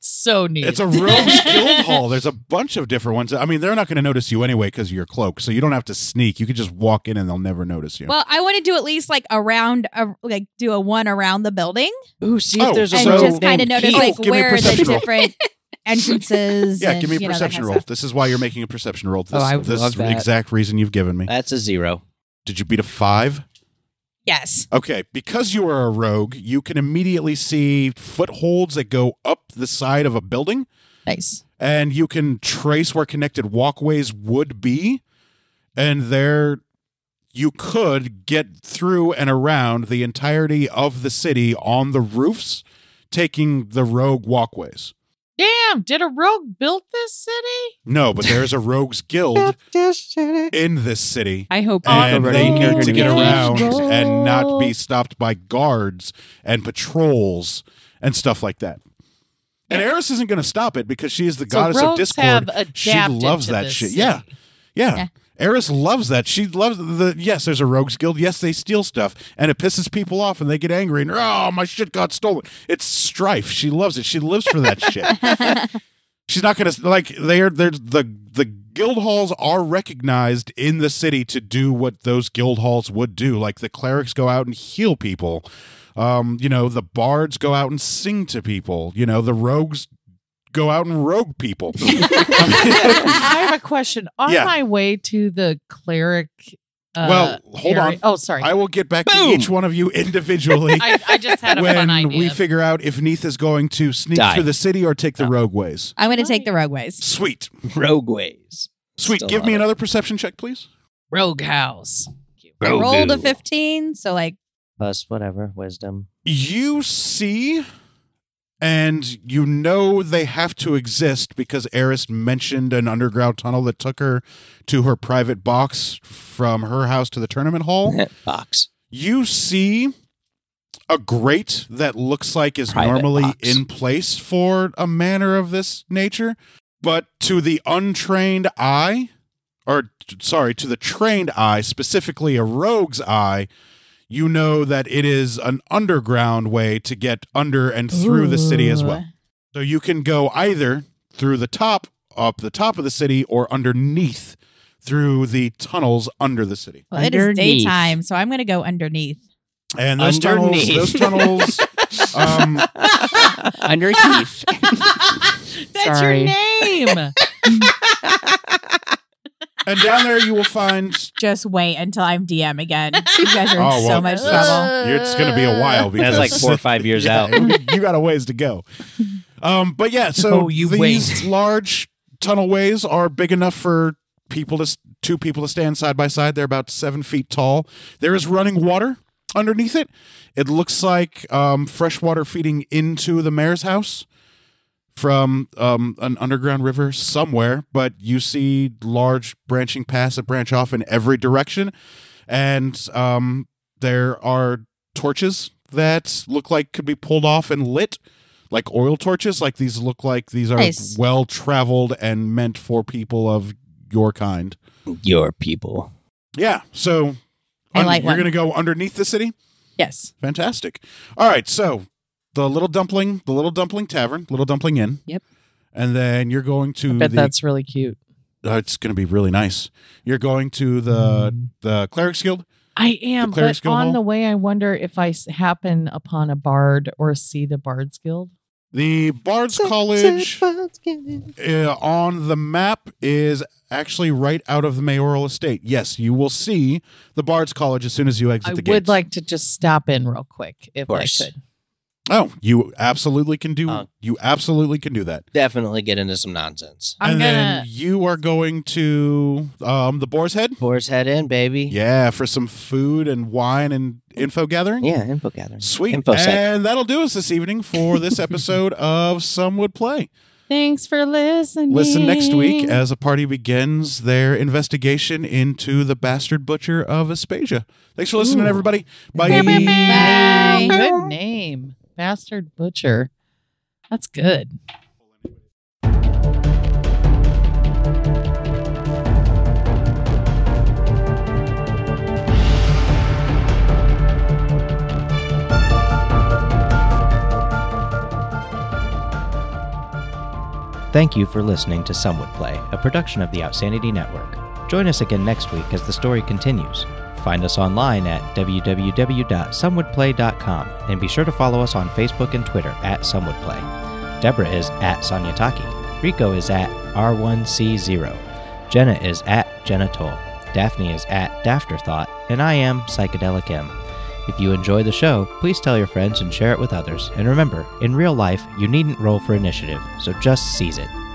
E: so neat.
A: It's a rogues guild hall. There's a bunch of different ones. I mean, they're not going to notice you anyway because of your cloak, so you don't have to sneak. You could just walk in and they'll never notice you.
B: Well, I want to do at least like around, a, like do a one around the building
C: Ooh, see
A: Oh,
C: if there's a
B: and
A: So-
B: just kind of
C: named
B: notice
C: Keith.
B: like
A: Give me a
B: where the
A: perception roll.
B: different entrances.
A: yeah,
B: and,
A: give me a
B: you know, that
A: perception
B: kind of
A: roll. This is why you're making a perception roll. This,
D: Oh, I would
A: this
D: love that. Uh,
A: exact reason you've given me.
C: That's a zero.
A: Did you beat a five?
B: stuff. Yes.
A: Okay, because you are a rogue, you can immediately see footholds that go up the side of a building.
E: nice.
A: and you can trace where connected walkways would be and there you could get through and around the entirety of the city on the roofs taking the rogue walkways
E: Damn, did a rogue build this city?
A: no but there's a rogues guild in this city
D: I hope
A: and
D: Nico
A: they
D: Rodriguez
A: need to
D: can
A: get
D: it.
A: around and not be stopped by guards and patrols and stuff like that and Eris isn't going to stop it because she is the goddess
E: so
A: of
E: rogues
A: discord
E: have adapted
A: she loves
E: to
A: that
E: this
A: shit.
E: city.
A: Yeah. Yeah.
B: Yeah.
A: Eris loves that. She loves the yes, there's a rogues guild. Yes, they steal stuff and it pisses people off and they get angry and oh, my shit got stolen. It's strife. She loves it. She lives for that shit. She's not going to like they're they're the the guild halls are recognized in the city to do what those guild halls would do. Like the clerics go out and heal people. Um, you know, the bards go out and sing to people. You know, the rogues go out and rogue people.
E: I have a question. On
A: Yeah.
E: my way to the cleric. Uh,
A: Well, hold
E: area-
A: on.
E: Oh, sorry.
A: I
E: I,
A: will get back to
C: Boom!
A: each one of you individually
E: I, just had a fun
A: when
E: idea. Oh.
A: we figure out if Neath is going to sneak
C: Die.
A: through the city or take the rogue ways.
B: I'm going to take the rogue ways.
A: Sweet.
C: Rogueways.
A: Sweet.
C: Still
A: Give
C: love
A: me
C: it.
A: another perception check, please.
E: rogue house.
B: I rolled a
C: Rogu.
B: 15, so like
C: Plus whatever wisdom.
A: You see and you know they have to exist because Eris mentioned an underground tunnel that took her to her private box from her house to the tournament hall.
C: Box.
A: you see a grate that looks like is
C: Private
A: normally
C: box.
A: in place for a manor of this nature, but to the untrained eye, or t- sorry, to the trained eye, specifically a rogue's eye, you know that it is an underground way to get under and through the city as well. So you can go either through the top, up the top of the city, or underneath through the tunnels under the city.
B: Well, it is
D: Underneath.
B: daytime, so I'm going to go underneath.
A: And those
C: Underneath.
A: tunnels, those tunnels, um,
D: Under Keith.
E: That's
D: Sorry.
E: your name.
A: and down there you will find.
B: Just wait until I'm DM again. You guys are in
A: Oh, well,
B: so much
A: that's-
B: trouble.
A: It's going to be a while because
C: That's like four or five years
A: Yeah,
C: out.
A: you got a ways to go. Um, but yeah, so
D: Oh, you
A: these
D: wait.
A: large tunnel ways are big enough for people to s- two people to stand side by side. They're about seven feet tall. There is running water underneath it. It looks like um, fresh water feeding into the mayor's house from um, an underground river somewhere, but you see large branching paths that branch off in every direction. And um, there are torches that look like could be pulled off and lit, like oil torches. Like these look like these are
B: Nice.
A: well traveled and meant for people of your kind.
C: Your people.
A: Yeah. So
B: I like
A: You're
B: one.
A: going to go underneath the city?
B: yes.
A: Fantastic. All right, so the little dumpling, the little dumpling tavern, little dumpling inn.
D: Yep.
A: And then you're going to
E: bet
A: the.
E: that's really cute.
A: Uh, it's going to be really nice. You're going to the the clerics guild.
E: I am,
A: Clerics
E: but
A: Guild
E: on
A: Hall?
E: the way, I wonder if I s- happen upon a bard or see the Bards Guild.
A: The Bard's College uh, on the map is actually right out of the mayoral estate. Yes, you will see the Bard's College as soon as you exit
E: I
A: the
E: would
A: gate.
E: like to just stop in real quick if I
C: course.
E: could.
A: Oh, you absolutely can do.
C: Oh.
A: you absolutely can do that.
C: Definitely get into some nonsense.
E: I'm
A: and then
E: gonna.
A: you are going to um, the Boar's Head.
C: Boar's head in, baby.
A: Yeah, for some food and wine and info gathering.
C: Yeah, info gathering.
A: Sweet.
C: Info sec.
A: and that'll do us this evening for this episode of Some Would Play.
E: Thanks for listening.
A: Listen next week as a party begins their investigation into the bastard butcher of Aspasia. Thanks for listening,
C: Ooh.
A: everybody.
E: Bye.
A: Bye.
B: Bye.
E: Good name, bastard butcher. That's good.
C: Thank you for listening to Some Would Play, a production of the Outsanity Network. Join us again next week as the story continues. Find us online at www.somewouldplay.com and be sure to follow us on Facebook and Twitter at Some Would Play. Deborah is at Sonia Taki. Rico is at R1C0. Jenna is at Jenna Toll. Daphne is at Dafterthought. And I am Psychedelic M. If you enjoy the show, please tell your friends and share it with others. And remember, in real life, you needn't roll for initiative, so just seize it.